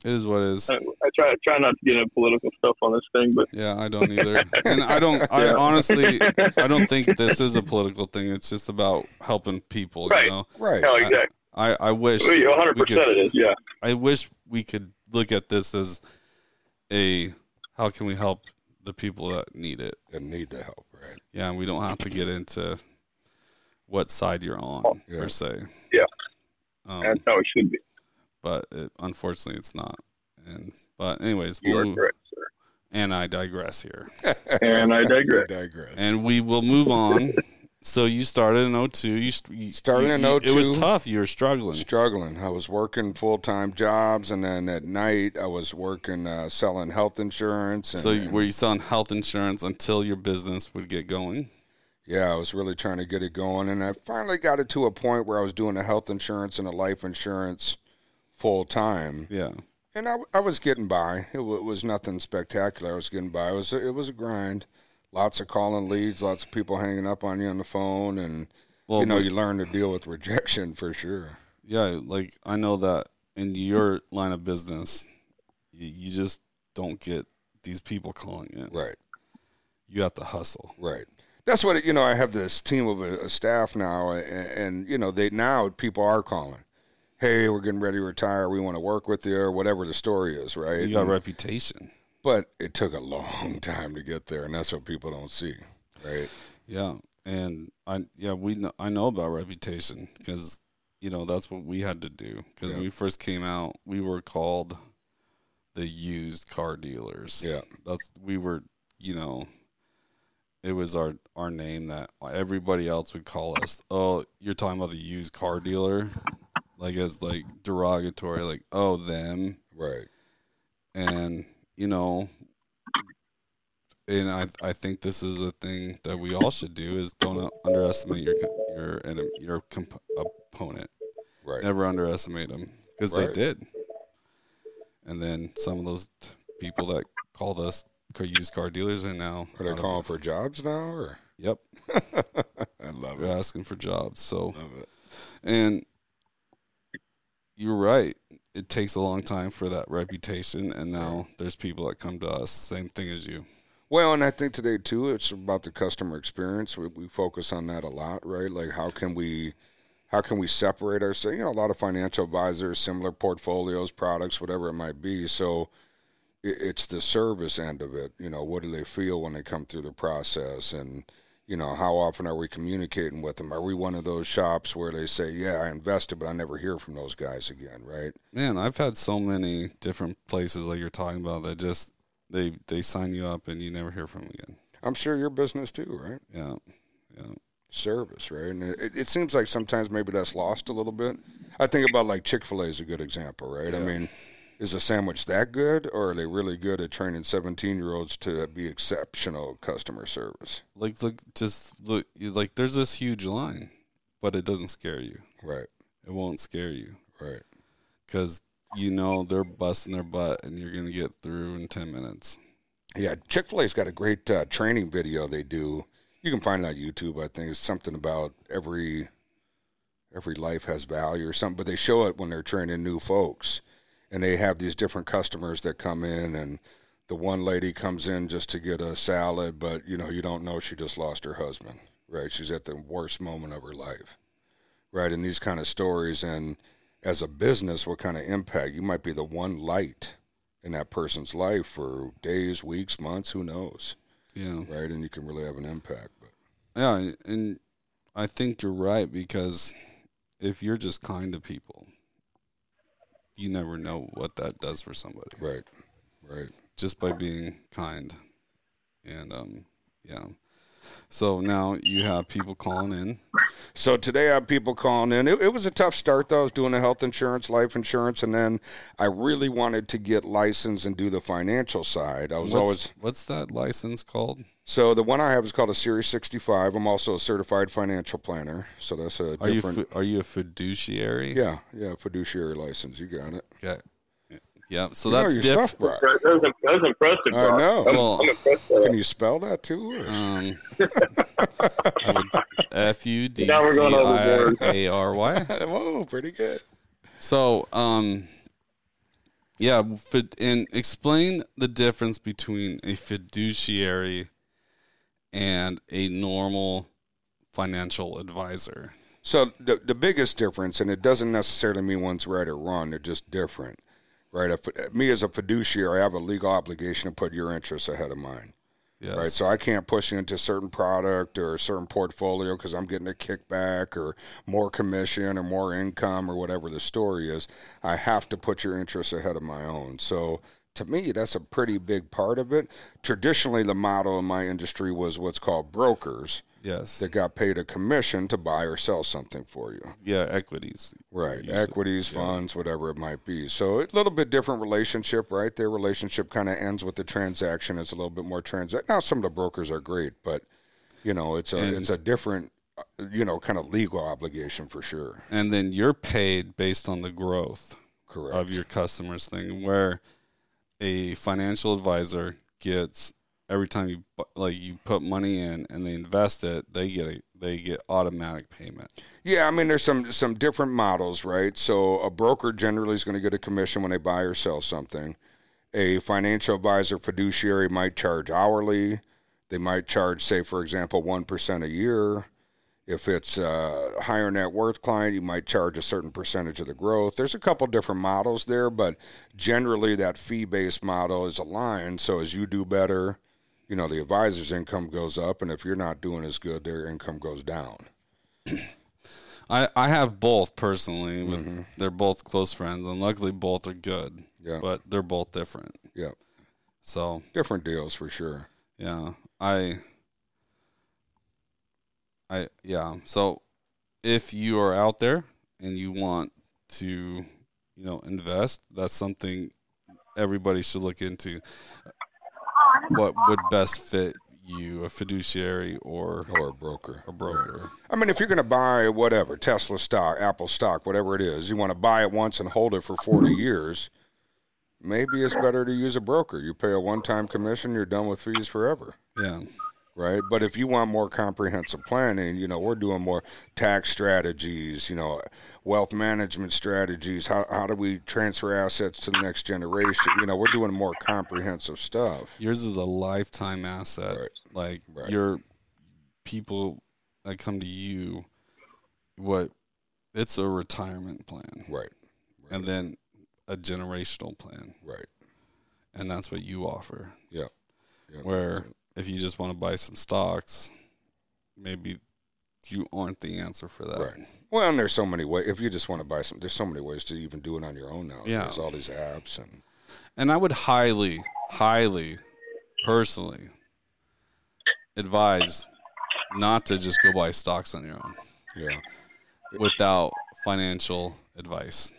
Speaker 3: it is what it is.
Speaker 4: I, I try try not to get into political stuff on this thing, but
Speaker 3: Yeah, I don't either. and I don't. I
Speaker 4: Yeah.
Speaker 3: honestly, I don't think this is a political thing. It's just about helping people.
Speaker 4: Right.
Speaker 3: You know,
Speaker 5: Right.
Speaker 4: no, exactly,
Speaker 3: I I wish
Speaker 4: one hundred
Speaker 3: we
Speaker 4: percent
Speaker 3: could-
Speaker 4: it is. Yeah,
Speaker 3: I wish we could look at this as a how can we help the people that need it.
Speaker 5: That need the help, right?
Speaker 3: Yeah, and we don't have to get into what side you're on
Speaker 5: Yeah.
Speaker 3: per se.
Speaker 4: Oh, Yeah.
Speaker 3: Um,
Speaker 4: that's how it should be.
Speaker 3: but it, unfortunately, it's not. And but anyways,
Speaker 4: You are
Speaker 3: we'll-
Speaker 4: correct, sir.
Speaker 3: and I digress here,
Speaker 4: And I digress.
Speaker 5: I digress.
Speaker 3: and we will move on. so you started in 02. You, st- you
Speaker 5: Started in
Speaker 3: you- you- It
Speaker 5: 02.
Speaker 3: was tough. You were struggling.
Speaker 5: struggling. I was working full time jobs, and then at night I was working uh, selling health insurance. And,
Speaker 3: So you, were you selling health insurance until your business would get going?
Speaker 5: yeah, I was really trying to get it going, and I finally got it to a point where I was doing the health insurance and the life insurance full time,
Speaker 3: Yeah.
Speaker 5: and I, I was getting by. It, w- it was nothing spectacular. I was getting by. It was a, it was a grind. Lots of calling leads, lots of people hanging up on you on the phone, and
Speaker 3: Well,
Speaker 5: you know you learn to deal with rejection for sure.
Speaker 3: yeah, like I know that in your line of business, you, you just don't get these people calling in.
Speaker 5: Right.
Speaker 3: You have to hustle.
Speaker 5: Right. That's what it, you know. I have this team of a, a staff now, and, and you know they now people are calling. Hey, we're getting ready to retire. We want to work with you, or whatever the story is, right?
Speaker 3: You got a reputation.
Speaker 5: But it took a long time to get there, and that's what people don't see, right?
Speaker 3: Yeah, and I yeah we know, I know about reputation because you know that's what we had to do because
Speaker 5: Yeah.
Speaker 3: when we first came out we were called the used car dealers.
Speaker 5: Yeah,
Speaker 3: that's we were you know it was our our name that everybody else would call us. Oh, you're talking about the used car dealer, like as like derogatory, like oh them
Speaker 5: right.
Speaker 3: and you know and I, I think this is a thing that we all should do is don't underestimate your your and your comp- opponent.
Speaker 5: Right.
Speaker 3: Never underestimate them because
Speaker 5: Right.
Speaker 3: they did. And then some of those t- people that called us car- used car dealers and now
Speaker 5: Are they calling for jobs now? Or
Speaker 3: Yep,
Speaker 5: I love
Speaker 3: they're asking for jobs. So
Speaker 5: Love it.
Speaker 3: and you're right. It takes a long time for that reputation, and now there's people that come to us. Same thing as you.
Speaker 5: Well, and I think today too, it's about the customer experience. We, we focus on that a lot, right? Like how can we, how can we separate ourselves? You know, a lot of financial advisors, similar portfolios, products, whatever it might be. So it, it's the service end of it. You know, what do they feel when they come through the process, and you know, how often are we communicating with them? Are we one of those shops where they say, "Yeah, I invested, but I never hear from those guys again," right?
Speaker 3: Man, I've had so many different places like you're talking about that just they they sign you up and you never hear from them again.
Speaker 5: I'm sure your business too, right?
Speaker 3: Yeah.
Speaker 5: Service, right? And it, it seems like sometimes maybe that's lost a little bit. I think about like Chick Fil A is a good example, right? I mean, is a sandwich that good, or are they really good at training 17 year olds to be exceptional customer service?
Speaker 3: Like look just look you- like there's this huge line, but it doesn't scare you.
Speaker 5: Right,
Speaker 3: It won't scare you
Speaker 5: right.
Speaker 3: cuz you know they're busting their butt and you're going to get through in 10 minutes.
Speaker 5: Yeah, Chick Fil A's got a great uh, training video they do. You can find it on YouTube. I think it's something about every every life has value or something. But they show it when they're training new folks, and they have these different customers that come in, and the one lady comes in just to get a salad, but you know you don't know she just lost her husband. Right, she's at the worst moment of her life. Right, and these kind of stories, and as a business, what kind of impact you might be the one light in that person's life for days, weeks, months, who knows,
Speaker 3: Yeah.
Speaker 5: right? And you can really have an impact. But
Speaker 3: Yeah, and I think you're right because if you're just kind to people, you never know what that does for somebody
Speaker 5: right, right,
Speaker 3: just by being kind. And um yeah. So now you have people calling in.
Speaker 5: So today I have people calling in. It, it was a tough start though. I was doing the health insurance, life insurance, and then I really wanted to get licensed and do the financial side. I was
Speaker 3: What's,
Speaker 5: always
Speaker 3: what's that license called?
Speaker 5: so the one I have is called a Series 65. I'm also a certified financial planner, so that's a
Speaker 3: Are you
Speaker 5: different.
Speaker 3: fi- are you a fiduciary?
Speaker 5: yeah, yeah, fiduciary license. You got it.
Speaker 3: Okay. Yeah. So
Speaker 5: You know
Speaker 3: that's
Speaker 5: your
Speaker 3: different.
Speaker 5: stuff, Brock.
Speaker 4: That was, that was impressive.
Speaker 5: I
Speaker 4: Brock.
Speaker 5: know.
Speaker 4: I'm,
Speaker 3: Well-
Speaker 4: I'm impressed by that.
Speaker 5: Can you spell that too? or-
Speaker 3: Um, F U D C
Speaker 4: Now we're going
Speaker 3: I
Speaker 4: overboard.
Speaker 3: A R Y.
Speaker 5: Whoa, pretty good.
Speaker 3: So, um, yeah, fid- and explain the difference between a fiduciary and a normal financial advisor.
Speaker 5: So the the biggest difference, and it doesn't necessarily mean one's right or wrong. They're just different, right? If, me as a fiduciary, I have a legal obligation to put your interests ahead of mine,
Speaker 3: Yes.
Speaker 5: right? So I can't push you into a certain product or a certain portfolio because I'm getting a kickback or more commission or more income or whatever the story is. I have to put your interests ahead of my own. So to me, that's a pretty big part of it. Traditionally, the model in my industry was what's called brokers
Speaker 3: yes.
Speaker 5: that got paid a commission to buy or sell something for you.
Speaker 3: yeah, equities.
Speaker 5: Right, equities, funds, whatever it might be. So a little bit different relationship, right? Their relationship kind of ends with the transaction. It's a little bit more transact. Now some of the brokers are great, but you know it's a
Speaker 3: And-
Speaker 5: it's a different, uh, you know, kind of legal obligation for sure.
Speaker 3: And then you're paid based on the growth
Speaker 5: Correct.
Speaker 3: of your customers thing, where a financial advisor gets every time you bu- like you put money in and they invest it, they get a, they get automatic payment.
Speaker 5: Yeah, I mean, there's some some different models, right? So a broker generally is going to get a commission when they buy or sell something. A financial advisor fiduciary might charge hourly. They might charge, say, for example, one percent a year. If it's a higher net worth client, you might charge a certain percentage of the growth. There's a couple different models there, but generally that fee based model is aligned. So as you do better, you know the advisor's income goes up, and if you're not doing as good, their income goes down.
Speaker 3: I, I have both personally. With, They're both close friends, and luckily both are good.
Speaker 5: Mm-hmm. Yeah.
Speaker 3: But they're both different.
Speaker 5: Yeah.
Speaker 3: So
Speaker 5: different deals for sure.
Speaker 3: yeah, I, I yeah. So if you are out there and you want to, you know, invest, that's something everybody should look into. What would best fit you, a fiduciary or
Speaker 5: Or a broker.
Speaker 3: a broker?
Speaker 5: I mean, if you're going to buy whatever Tesla stock, Apple stock, whatever it is, you want to buy it once and hold it for 40 years. Maybe it's better to use a broker. You pay a one-time commission, you're done with fees forever,
Speaker 3: Yeah.
Speaker 5: right? But if you want more comprehensive planning, you know, we're doing more tax strategies, you know, wealth management strategies. How how do we transfer assets to the next generation? You know, we're doing more comprehensive stuff.
Speaker 3: yours is a lifetime asset.
Speaker 5: Right.
Speaker 3: Like
Speaker 5: Right.
Speaker 3: your people that come to you, what it's a retirement plan,
Speaker 5: Right.
Speaker 3: and then a generational plan,
Speaker 5: Right.
Speaker 3: and that's what you offer.
Speaker 5: Yeah. Yeah.
Speaker 3: Where if you just want to buy some stocks, maybe you aren't the answer for that.
Speaker 5: Right. Well, and there's so many ways. If you just want to buy some, there's so many ways to even do it on your own now.
Speaker 3: Yeah.
Speaker 5: There's all these apps and
Speaker 3: And I would highly highly, personally, advise not to just go buy stocks on your own
Speaker 5: Yeah.
Speaker 3: without financial advice.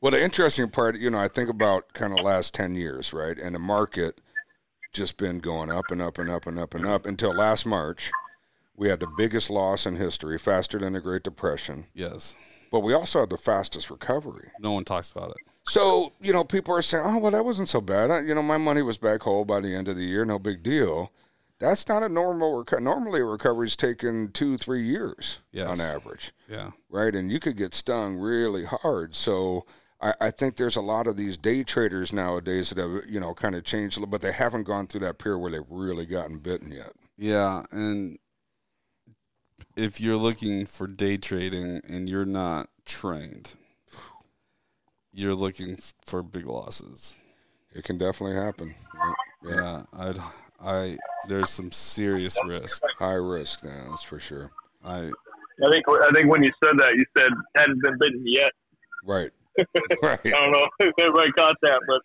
Speaker 5: Well, the interesting part, you know, I think about kind of last 10 years, right? And the market just been going up and up and up and up and up until last March. We had the biggest loss in history, faster than the Great Depression,
Speaker 3: Yes.
Speaker 5: but we also had the fastest recovery.
Speaker 3: No one talks about it.
Speaker 5: So, you know, people are saying, oh, well, that wasn't so bad. I, you know, my money was back whole by the end of the year, no big deal. That's not a normal recovery. Normally, a recovery's taken two, three years
Speaker 3: Yes.
Speaker 5: on average
Speaker 3: Yeah.
Speaker 5: right? And you could get stung really hard. So I, I think there's a lot of these day traders nowadays that have, you know, kind of changed a little, but they haven't gone through that period where they've really gotten bitten yet.
Speaker 3: Yeah, and if you're looking for day trading and you're not trained, you're looking f- for big losses.
Speaker 5: It can definitely happen. right? Yeah.
Speaker 3: Yeah, I'd I there's some serious risk.
Speaker 5: High risk, yeah, that's for sure.
Speaker 3: I
Speaker 4: I think I think when you said that, you said hadn't been bitten yet.
Speaker 5: Right. right.
Speaker 4: I don't know if everybody caught that, but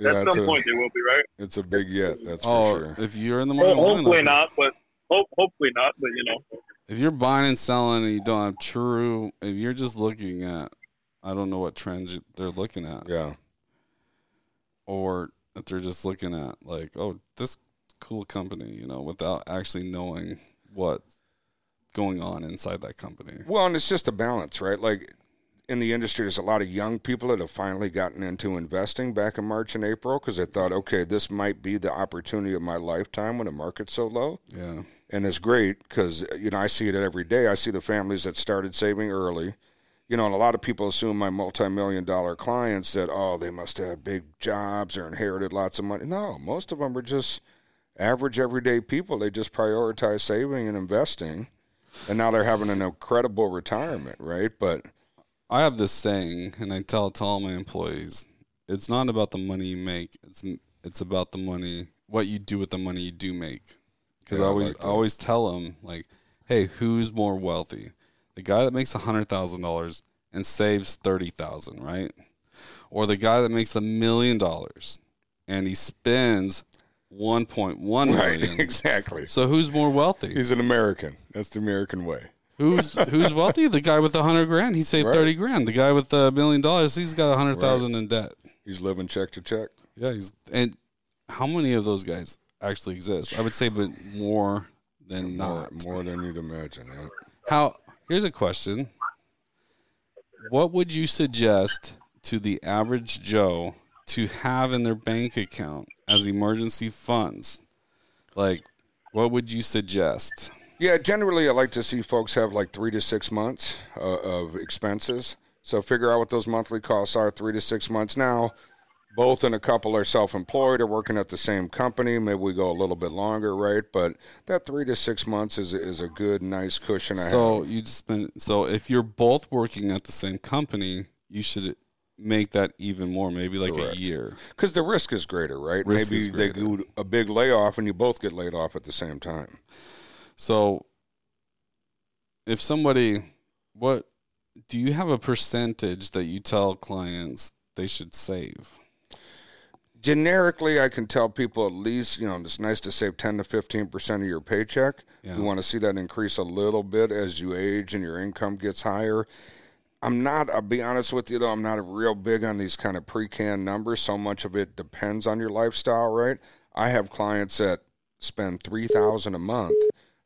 Speaker 5: Yeah,
Speaker 4: at
Speaker 5: it's,
Speaker 4: some
Speaker 5: a,
Speaker 4: point they will be, right?
Speaker 5: it's a big yet, that's
Speaker 3: oh,
Speaker 5: for sure.
Speaker 3: if you're in the
Speaker 4: Ho-
Speaker 3: market, long
Speaker 4: hopefully
Speaker 3: enough-
Speaker 4: not, but hope, hopefully not. But you know,
Speaker 3: If you're buying and selling and you don't have true, if you're just looking at, I don't know what trends you- they're looking at,
Speaker 5: Yeah.
Speaker 3: or if they're just looking at like, oh, this cool company, you know, without actually knowing what's going on inside that company.
Speaker 5: Well, and it's just a balance, right? Like in the industry, there's a lot of young people that have finally gotten into investing back in March and April because they thought, okay, this might be the opportunity of my lifetime when the market's so low.
Speaker 3: Yeah.
Speaker 5: and it's great because you know I see it every day. I see the families that started saving early, you know, and a lot of people assume my multi-million dollar clients that oh they must have had big jobs or inherited lots of money. No, most of them are just average everyday people. They just prioritize saving and investing, and now they're having an incredible retirement, right? But
Speaker 3: I have this saying, and I tell it to all my employees: it's not about the money you make; it's it's about the money, what you do with the money you do make. Because
Speaker 5: Yeah,
Speaker 3: I
Speaker 5: I
Speaker 3: always
Speaker 5: like that.
Speaker 3: I always tell them like, "Hey, who's more wealthy? The guy that makes hundred thousand dollars and saves thirty thousand, right? Or the guy that makes a million dollars and he spends one point one million?
Speaker 5: exactly.
Speaker 3: So who's more wealthy?
Speaker 5: He's an American. That's the American way.
Speaker 3: Who's who's wealthy? The guy with a hundred grand, he saved
Speaker 5: Right.
Speaker 3: thirty grand. The guy with a million dollars, he's got a hundred thousand in debt.
Speaker 5: He's living check to check.
Speaker 3: Yeah, he's and how many of those guys actually exist? I would say, but more than
Speaker 5: More,
Speaker 3: not.
Speaker 5: more than you'd imagine. Yeah.
Speaker 3: How? Here's a question: What would you suggest to the average Joe to have in their bank account as emergency funds? Like, what would you suggest?
Speaker 5: Yeah, generally, I like to see folks have like three to six months uh, of expenses. So figure out what those monthly costs are three to six months. Now, both and a couple are self employed or working at the same company. Maybe we go a little bit longer, right? But that three to six months is, is a good, nice cushion. I have.
Speaker 3: So you just spend. So if you're both working at the same company, you should make that even more. Maybe like
Speaker 5: Correct.
Speaker 3: a year.
Speaker 5: Because the risk is greater, right?
Speaker 3: Risk
Speaker 5: Maybe
Speaker 3: is
Speaker 5: they do a big layoff and you both get laid off at the same time.
Speaker 3: So if somebody, what do you have a percentage that you tell clients they should save?
Speaker 5: generically i can tell people at least you know it's nice to save 10 to 15 percent of your paycheck
Speaker 3: Yeah.
Speaker 5: you want to see that increase a little bit as you age and your income gets higher i'm not i'll be honest with you though i'm not real big on these kind of pre-canned numbers so much of it depends on your lifestyle right i have clients that spend 3000 a month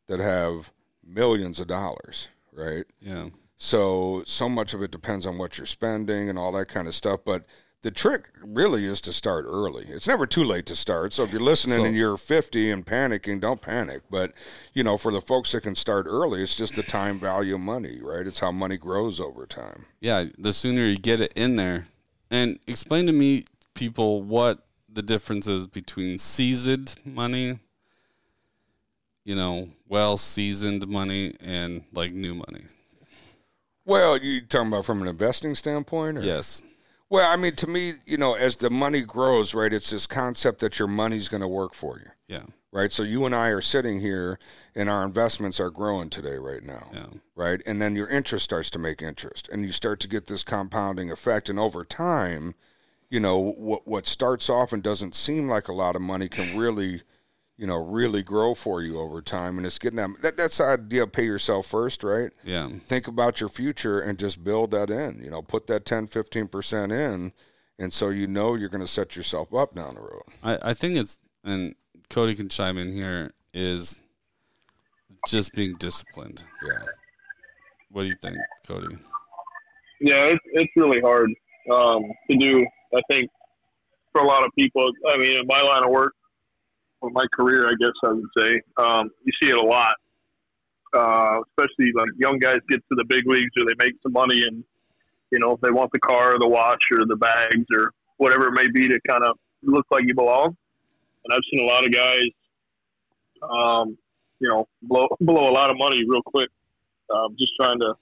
Speaker 5: that have millions of dollars right
Speaker 3: Yeah.
Speaker 5: so so much of it depends on what you're spending and all that kind of stuff. But the trick really is to start early. It's never too late to start. So if you're listening
Speaker 3: So-
Speaker 5: and you're 50 and panicking, don't panic. But you know, for the folks that can start early, it's just the time value of money, right? It's how money grows over time.
Speaker 3: Yeah. The sooner you get it in there. And explain to me, people, what the difference is between seasoned money, you know, well seasoned money, and like new money.
Speaker 5: Well, you talking about from an investing standpoint? Or?
Speaker 3: Yes.
Speaker 5: Well, I mean, to me, you know, as the money grows, right, it's this concept that your money's going to work for you.
Speaker 3: Yeah.
Speaker 5: right? So you and I are sitting here, and our investments are growing today, right now,
Speaker 3: Yeah.
Speaker 5: right? And then your interest starts to make interest, and you start to get this compounding effect, and over time, you know what what starts off and doesn't seem like a lot of money can really you know really grow for you over time and it's getting that, that that's the idea of pay yourself first right
Speaker 3: Yeah.
Speaker 5: think about your future and just build that in you know put that 10 15% in and so you know you're going to set yourself up down the road
Speaker 3: I, I think it's and Cody can chime in here is just being disciplined.
Speaker 5: yeah
Speaker 3: What do you think, Cody?
Speaker 4: yeah, it's, it's really hard um, to do. I think for a lot of people, I mean, in my line of work, or my career, I guess I would say, um, you see it a lot. Uh, especially like young guys get to the big leagues or they make some money and, you know, if they want the car or the watch or the bags or whatever it may be to kind of look like you belong. And I've seen a lot of guys, um, you know, blow, blow a lot of money real quick, um, just trying to,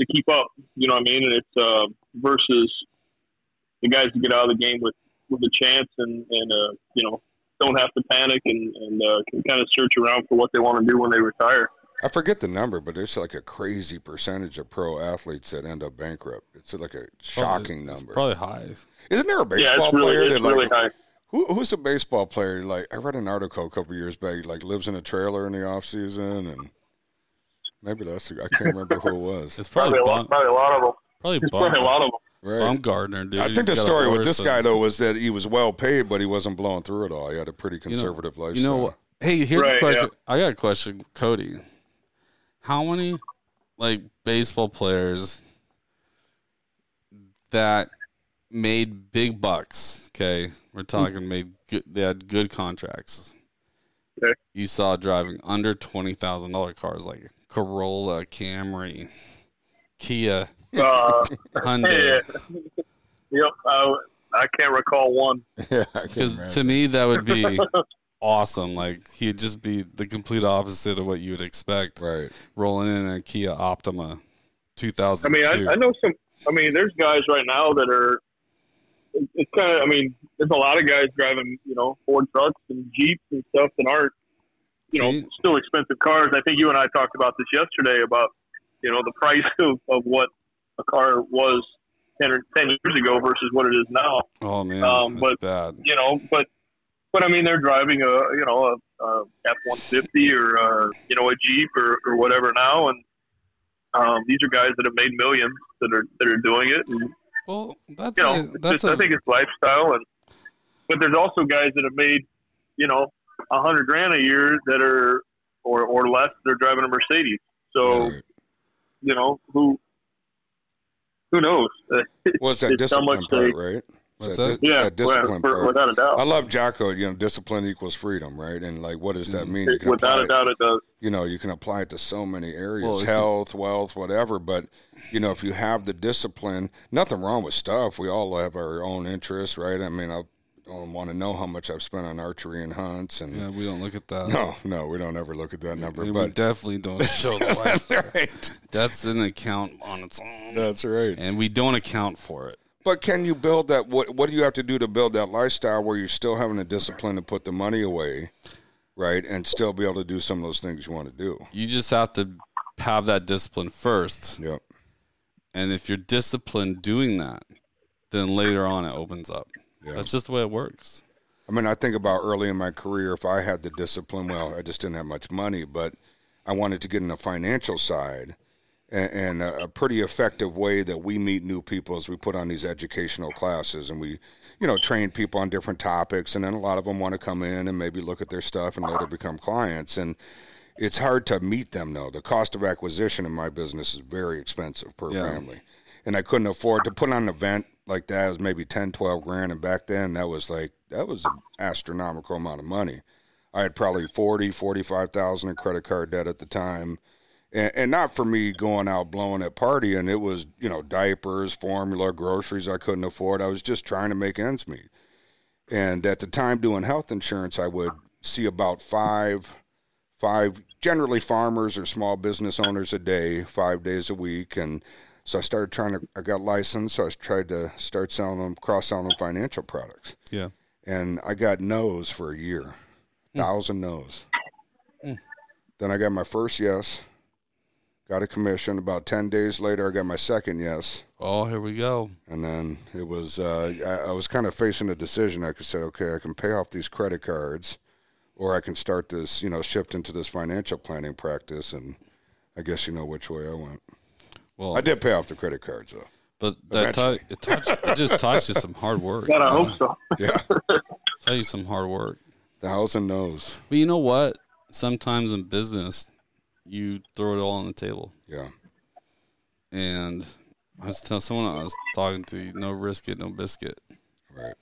Speaker 4: to keep up. You know what I mean? And it's uh, versus the guys who get out of the game with with a chance and and uh, you know don't have to panic and and uh, can kind of search around for what they want to do when they retire.
Speaker 5: i forget the number but there's like a crazy percentage of pro athletes that end up bankrupt it's like a shocking
Speaker 3: Probably- it's
Speaker 5: number
Speaker 3: Probably high.
Speaker 5: isn't there a
Speaker 4: yeah,
Speaker 5: baseball
Speaker 4: it's really
Speaker 5: player
Speaker 4: it's
Speaker 5: that like
Speaker 4: really high.
Speaker 5: Who, who's a baseball player? Like I read an article a couple years back. he, Like lives in a trailer in the off season, and maybe that's the- I can't remember who it was.
Speaker 3: It's probably
Speaker 4: Probably a
Speaker 3: Baum,
Speaker 4: lot, probably a lot of them.
Speaker 3: probably
Speaker 4: There's
Speaker 3: Baum,
Speaker 4: probably a lot of them.
Speaker 5: Right.
Speaker 3: Baumgartner, dude.
Speaker 5: I think the
Speaker 3: He's got a
Speaker 5: story with
Speaker 3: horse
Speaker 5: this
Speaker 3: and-
Speaker 5: guy though was that he was well paid, but he wasn't blowing through it all. He had a pretty
Speaker 3: you know-
Speaker 5: conservative
Speaker 3: You
Speaker 5: lifestyle.
Speaker 3: know what? Hey, here's a
Speaker 4: Right,
Speaker 3: question. I got a question, Cody. How many like baseball players that made big bucks? Okay, we're talking made good, they had good contracts.
Speaker 4: Okay.
Speaker 3: You saw driving under twenty thousand dollar cars like Corolla, Camry, Kia,
Speaker 4: Uh, yeah.
Speaker 3: Hyundai.
Speaker 4: yep. I, I can't recall one.
Speaker 5: yeah, I can't
Speaker 3: Because
Speaker 5: imagine.
Speaker 3: to me, that would be awesome. Like he'd just be the complete opposite of what you would expect.
Speaker 5: right.
Speaker 3: rolling in a Kia Optima
Speaker 4: I
Speaker 3: 2002.
Speaker 4: mean, I, I know some. I mean, there's guys right now that are. it- It's kind of. I mean, there's a lot of guys driving, you know, Ford trucks and Jeeps and stuff that aren't, you
Speaker 3: See?
Speaker 4: know, still expensive cars. I think you and I talked about this yesterday about, you know, the price of, of what a car was 10, or 10 years ago versus what it is now
Speaker 3: oh man,
Speaker 4: um,
Speaker 3: that's
Speaker 4: but-
Speaker 3: bad.
Speaker 4: you know, but but I mean, they're driving a you know a, a F one fifty or a, you know a Jeep or, or whatever now, and um, these are guys that have made millions that are that are doing it, and
Speaker 3: Well, that's
Speaker 4: you know,
Speaker 3: a, that's
Speaker 4: just,
Speaker 3: a,
Speaker 4: I think it's lifestyle, and but there's also guys that have made you know a hundred grand a year that are or or less. They're driving a Mercedes, so
Speaker 5: right.
Speaker 4: you know who who knows?
Speaker 5: Well, it's that
Speaker 4: it's how much
Speaker 5: discipline part,
Speaker 4: they-
Speaker 5: right? It's
Speaker 3: What's that?
Speaker 5: that, di- it's
Speaker 4: yeah,
Speaker 5: that discipline
Speaker 4: for-
Speaker 5: part.
Speaker 4: without a
Speaker 5: I
Speaker 4: doubt,
Speaker 5: love Jocko. You know, discipline equals freedom, right? And like, what does that mean? You can
Speaker 4: without a
Speaker 5: apply it-
Speaker 4: doubt, Mm-hmm. it does.
Speaker 5: you know you can apply it to so many areas
Speaker 3: Well, if you-
Speaker 5: health wealth whatever but you know if you have the discipline nothing wrong with stuff we all have our own interests right i mean i don't want to know how much i've spent on archery and hunts and
Speaker 3: yeah, we don't look at that.
Speaker 5: no no we don't ever look at that number
Speaker 3: And we
Speaker 5: but
Speaker 3: definitely don't show the light.
Speaker 5: right
Speaker 3: That's an account on its own,
Speaker 5: that's right
Speaker 3: and we don't account for it.
Speaker 5: but can you build that what what do you have to do to build that lifestyle where you're still having the discipline to put the money away right and still be able to do some of those things you want to do
Speaker 3: You just have to have that discipline first,
Speaker 5: yep
Speaker 3: and if you're disciplined doing that, then later on it opens up.
Speaker 5: Yeah.
Speaker 3: That's just the way it works.
Speaker 5: I mean, I think about early in my career, if I had the discipline, well, I just didn't have much money, but I wanted to get in the financial side and, and a, a pretty effective way that we meet new people is we put on these educational classes and we, you know, train people on different topics. And then a lot of them want to come in and maybe look at their stuff and later become clients. And it's hard to meet them though. The cost of acquisition in my business is very expensive per
Speaker 3: Yeah.
Speaker 5: family. And I couldn't afford to put on an event like that. It was maybe 10, 12 grand. And back then that was like, that was an astronomical amount of money. I had probably 40, 45,000 in credit card debt at the time. And, and not for me going out blowing at party. And it was, you know, diapers, formula, groceries I couldn't afford. I was just trying to make ends meet. And at the time doing health insurance, I would see about five five generally farmers or small business owners a day, five days a week, and so I started trying to. I got licensed, so I tried to start selling them, cross selling them financial products,
Speaker 3: Yeah.
Speaker 5: and I got no's for a year, thousand no's. Then I got my first yes, Got a commission. About 10 days later, I got my second yes.
Speaker 3: Oh, here we go.
Speaker 5: And then it was, uh, I, I was kind of facing a decision. I could say, okay, I can pay off these credit cards or I can start this, you know, shift into this financial planning practice. And I guess you know which way I went.
Speaker 3: Well,
Speaker 5: I did pay off the credit cards, though.
Speaker 3: but that tou it, touched, it just taught you some hard work.
Speaker 4: God, I
Speaker 3: man.
Speaker 4: hope so.
Speaker 5: Yeah.
Speaker 3: Taught you some hard work.
Speaker 5: Thousand no's.
Speaker 3: But you know what? Sometimes in business, you throw it all on the table.
Speaker 5: Yeah.
Speaker 3: And I was telling someone I was talking to, no risk it, no biscuit.
Speaker 5: Right.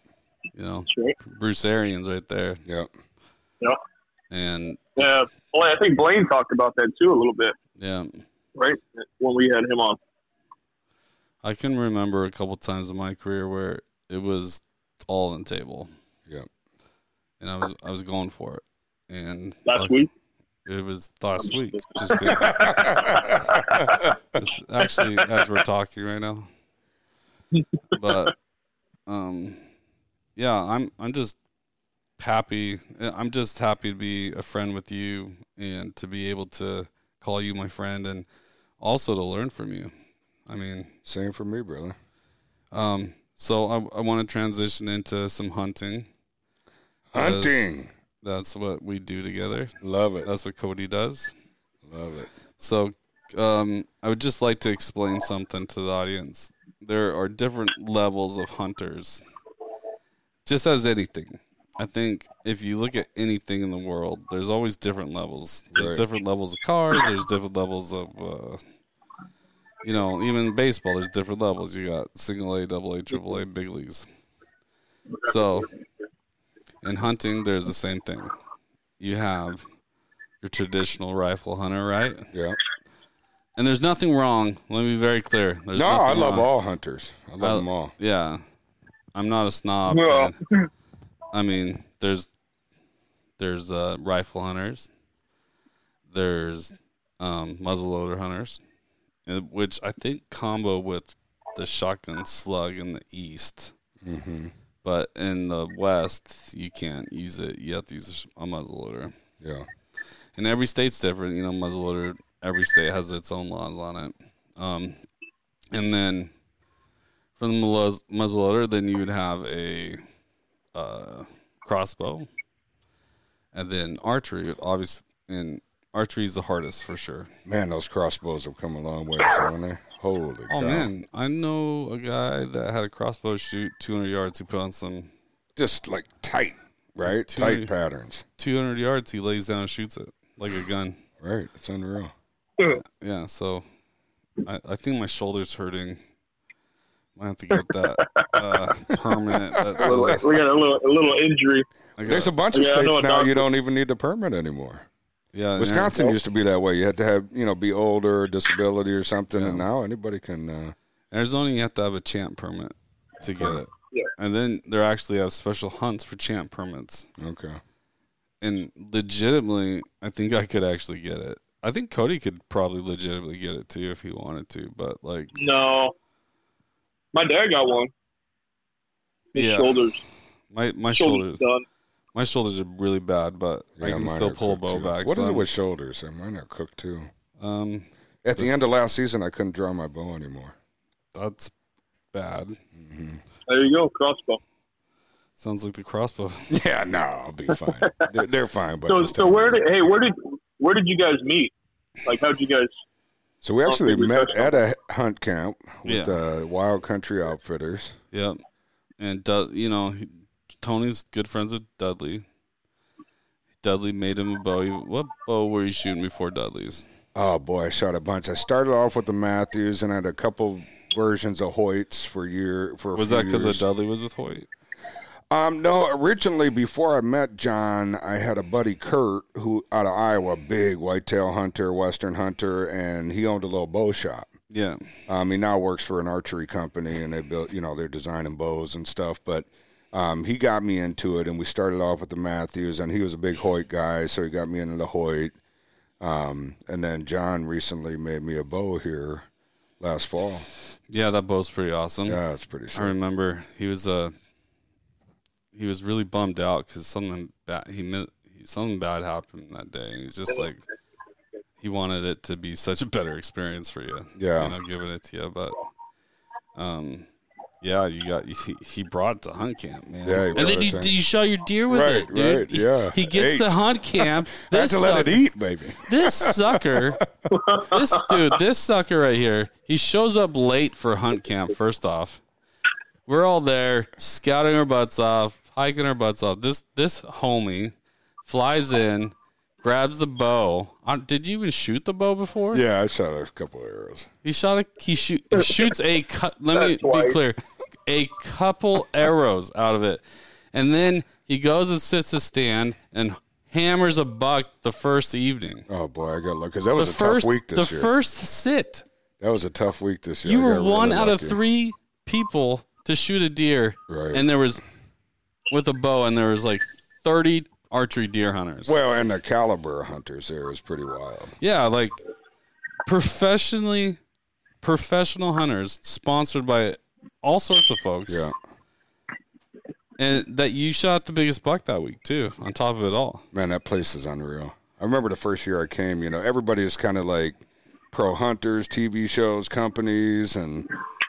Speaker 3: You know,
Speaker 4: Sure.
Speaker 3: Bruce Arians right there.
Speaker 5: Yeah.
Speaker 4: Yeah.
Speaker 3: And
Speaker 4: Yeah. Well, I think Blaine talked about that too a little bit,
Speaker 3: yeah,
Speaker 4: right? When we had him on.
Speaker 3: I can remember a couple times in my career where it was all on the table.
Speaker 5: Yeah.
Speaker 3: And I was I was going for it. And
Speaker 4: Last
Speaker 3: luck-
Speaker 4: week?
Speaker 3: It was last week. Just kidding. It's actually, as we're talking right now. But, um, yeah, I'm I'm just happy. I'm just happy to be a friend with you and to be able to call you my friend and also to learn from you. I mean,
Speaker 5: Same for me, brother.
Speaker 3: um, so I, I want to transition into some hunting.
Speaker 5: Hunting.
Speaker 3: That's what we do together.
Speaker 5: Love it.
Speaker 3: That's what Cody does.
Speaker 5: Love it.
Speaker 3: So, um, I would just like to explain something to the audience. There are different levels of hunters, just as anything. I think if you look at anything in the world, there's always different levels. There's
Speaker 5: Right.
Speaker 3: different levels of cars. There's different levels of, uh, you know, even baseball. There's different levels. You got single A, double A, triple A, big leagues. So, in hunting, there's the same thing. You have your traditional rifle hunter, right?
Speaker 5: Yeah.
Speaker 3: And there's nothing wrong. Let me be very clear. There's
Speaker 5: no, I
Speaker 3: nothing
Speaker 5: love
Speaker 3: wrong.
Speaker 5: all hunters. I love
Speaker 3: I-
Speaker 5: them all.
Speaker 3: Yeah, I'm not a snob.
Speaker 4: Yeah.
Speaker 3: man. I mean, there's there's uh, rifle hunters, there's um, muzzleloader hunters, and- which I think combo with the shotgun slug in the east.
Speaker 5: hmm
Speaker 3: But in the west, you can't use it. You have to use a muzzleloader.
Speaker 5: Yeah.
Speaker 3: and every state's different. You know, muzzleloader. Every state has its own laws on it. Um, and then from the muzz- muzzleloader, then you would have a uh, crossbow, and then archery. Obviously, and archery is the hardest for sure.
Speaker 5: Man, those crossbows have come a long way, haven't they? Holy
Speaker 3: Oh
Speaker 5: cow.
Speaker 3: man, I know a guy that had a crossbow shoot 200 yards. He put on some
Speaker 5: Just like tight, right?
Speaker 3: Two-
Speaker 5: Tight patterns.
Speaker 3: 200 yards. He lays down and shoots it like a gun.
Speaker 5: Right. It's unreal.
Speaker 3: Yeah, so I, I think my shoulder's hurting. Might have to get that uh, permanent. That
Speaker 4: We
Speaker 3: says,
Speaker 4: we got a little a little injury.
Speaker 3: I got-
Speaker 5: There's a bunch of
Speaker 4: Yeah, I know
Speaker 5: states
Speaker 4: a
Speaker 5: now
Speaker 4: doctor-
Speaker 5: you don't even need the permit anymore.
Speaker 3: yeah, and
Speaker 5: Wisconsin used to be that way. You had to have, you know, be older, disability or something, and now anybody can. Uh,
Speaker 3: Ari- Arizona, you have to have a champ permit to get it.
Speaker 4: Yeah.
Speaker 3: And then there actually have special hunts for champ permits.
Speaker 5: okay.
Speaker 3: And legitimately, I think I could actually get it. I think Cody could probably legitimately get it too if he wanted to, but like,
Speaker 4: No, my dad got one. His
Speaker 3: Yeah.
Speaker 4: shoulders,
Speaker 3: my, my
Speaker 4: shoulders,
Speaker 3: shoulders,
Speaker 4: done.
Speaker 3: my shoulders are really bad, but I
Speaker 5: Yeah,
Speaker 3: can
Speaker 5: mine
Speaker 3: still
Speaker 5: are
Speaker 3: pull a
Speaker 5: cooked,
Speaker 3: bow
Speaker 5: too.
Speaker 3: back.
Speaker 5: What is
Speaker 3: so
Speaker 5: it
Speaker 3: I'm-
Speaker 5: with shoulders? I might not cook too.
Speaker 3: Um,
Speaker 5: At the end of last season, I couldn't draw my bow anymore.
Speaker 3: that's bad.
Speaker 4: There you go, crossbow.
Speaker 3: Sounds like the crossbow.
Speaker 5: Yeah, no, I'll be fine. they're, they're fine. But
Speaker 4: So, so where did hey, where did where did you guys meet? Like, how'd you guys?
Speaker 5: So we actually
Speaker 4: Okay, we
Speaker 5: met
Speaker 4: touched
Speaker 5: at a hunt camp with
Speaker 3: Yeah.
Speaker 5: uh, Wild Country Outfitters.
Speaker 3: Yep. And Dud you know, he, Tony's good friends with Dudley. Dudley made him a bow. He- What bow were you shooting before Dudley's?
Speaker 5: Oh boy, I shot a bunch. I started off with the Matthews, and I had a couple versions of Hoyts for year for. A
Speaker 3: Was
Speaker 5: few
Speaker 3: that because
Speaker 5: years.
Speaker 3: Dudley was with Hoyt?
Speaker 5: Um, no, originally before I met John, I had a buddy Kurt who out of Iowa, big whitetail hunter, western hunter, and he owned a little bow shop.
Speaker 3: Yeah.
Speaker 5: Um, he now works for an archery company, and they built, you know, they're designing bows and stuff. But um, he got me into it, and we started off with the Matthews, and he was a big Hoyt guy, so he got me into the Hoyt. Um, and then John recently made me a bow here last fall.
Speaker 3: Yeah, that bow's pretty awesome.
Speaker 5: Yeah, it's pretty
Speaker 3: I
Speaker 5: sick.
Speaker 3: remember he was uh he was really bummed out because something bad he mi- something bad happened that day. And he's just like he wanted it to be such a better experience for you.
Speaker 5: Yeah.
Speaker 3: you know, giving it to you, but um, yeah, you got he, he brought it to hunt camp, man.
Speaker 5: Yeah, he
Speaker 3: and then
Speaker 5: brought
Speaker 3: you,
Speaker 5: it to-
Speaker 3: you shot your deer with
Speaker 5: Right,
Speaker 3: it, dude.
Speaker 5: right,
Speaker 3: He-
Speaker 5: yeah.
Speaker 3: he, gets
Speaker 5: Ate.
Speaker 3: to hunt camp.
Speaker 5: Not
Speaker 3: This
Speaker 5: to let it
Speaker 3: sucker-
Speaker 5: eat, baby.
Speaker 3: this sucker, this dude, this sucker right here, he shows up late for hunt camp, first off. We're all there, scouting our butts off, hiking our butts off. This this homie flies in, grabs the bow. Uh, Did you even shoot the bow before?
Speaker 5: Yeah, I shot a couple of arrows.
Speaker 3: He shot a he, shoot, he shoots a cut. Let me
Speaker 4: That's why.
Speaker 3: be clear, a couple arrows out of it, and then he goes and sits a stand and hammers a buck the first evening
Speaker 5: Oh boy, I got lucky because that was
Speaker 3: the
Speaker 5: a
Speaker 3: first
Speaker 5: tough week this
Speaker 3: the
Speaker 5: year.
Speaker 3: first sit.
Speaker 5: that was a tough week this year.
Speaker 3: You
Speaker 5: I
Speaker 3: were
Speaker 5: got
Speaker 3: one
Speaker 5: really
Speaker 3: out of
Speaker 5: lucky.
Speaker 3: three people to shoot a deer,
Speaker 5: Right.
Speaker 3: and there was with a bow, and there was like thirty archery deer hunters.
Speaker 5: Well, and the caliber of hunters there is pretty wild.
Speaker 3: Yeah, like professionally, professional hunters sponsored by all sorts of folks,
Speaker 5: Yeah,
Speaker 3: and that you shot the biggest buck that week too. On top of it all,
Speaker 5: man, that place is unreal. I remember the first year I came. You know, everybody is kind of like pro hunters, TV shows, companies, and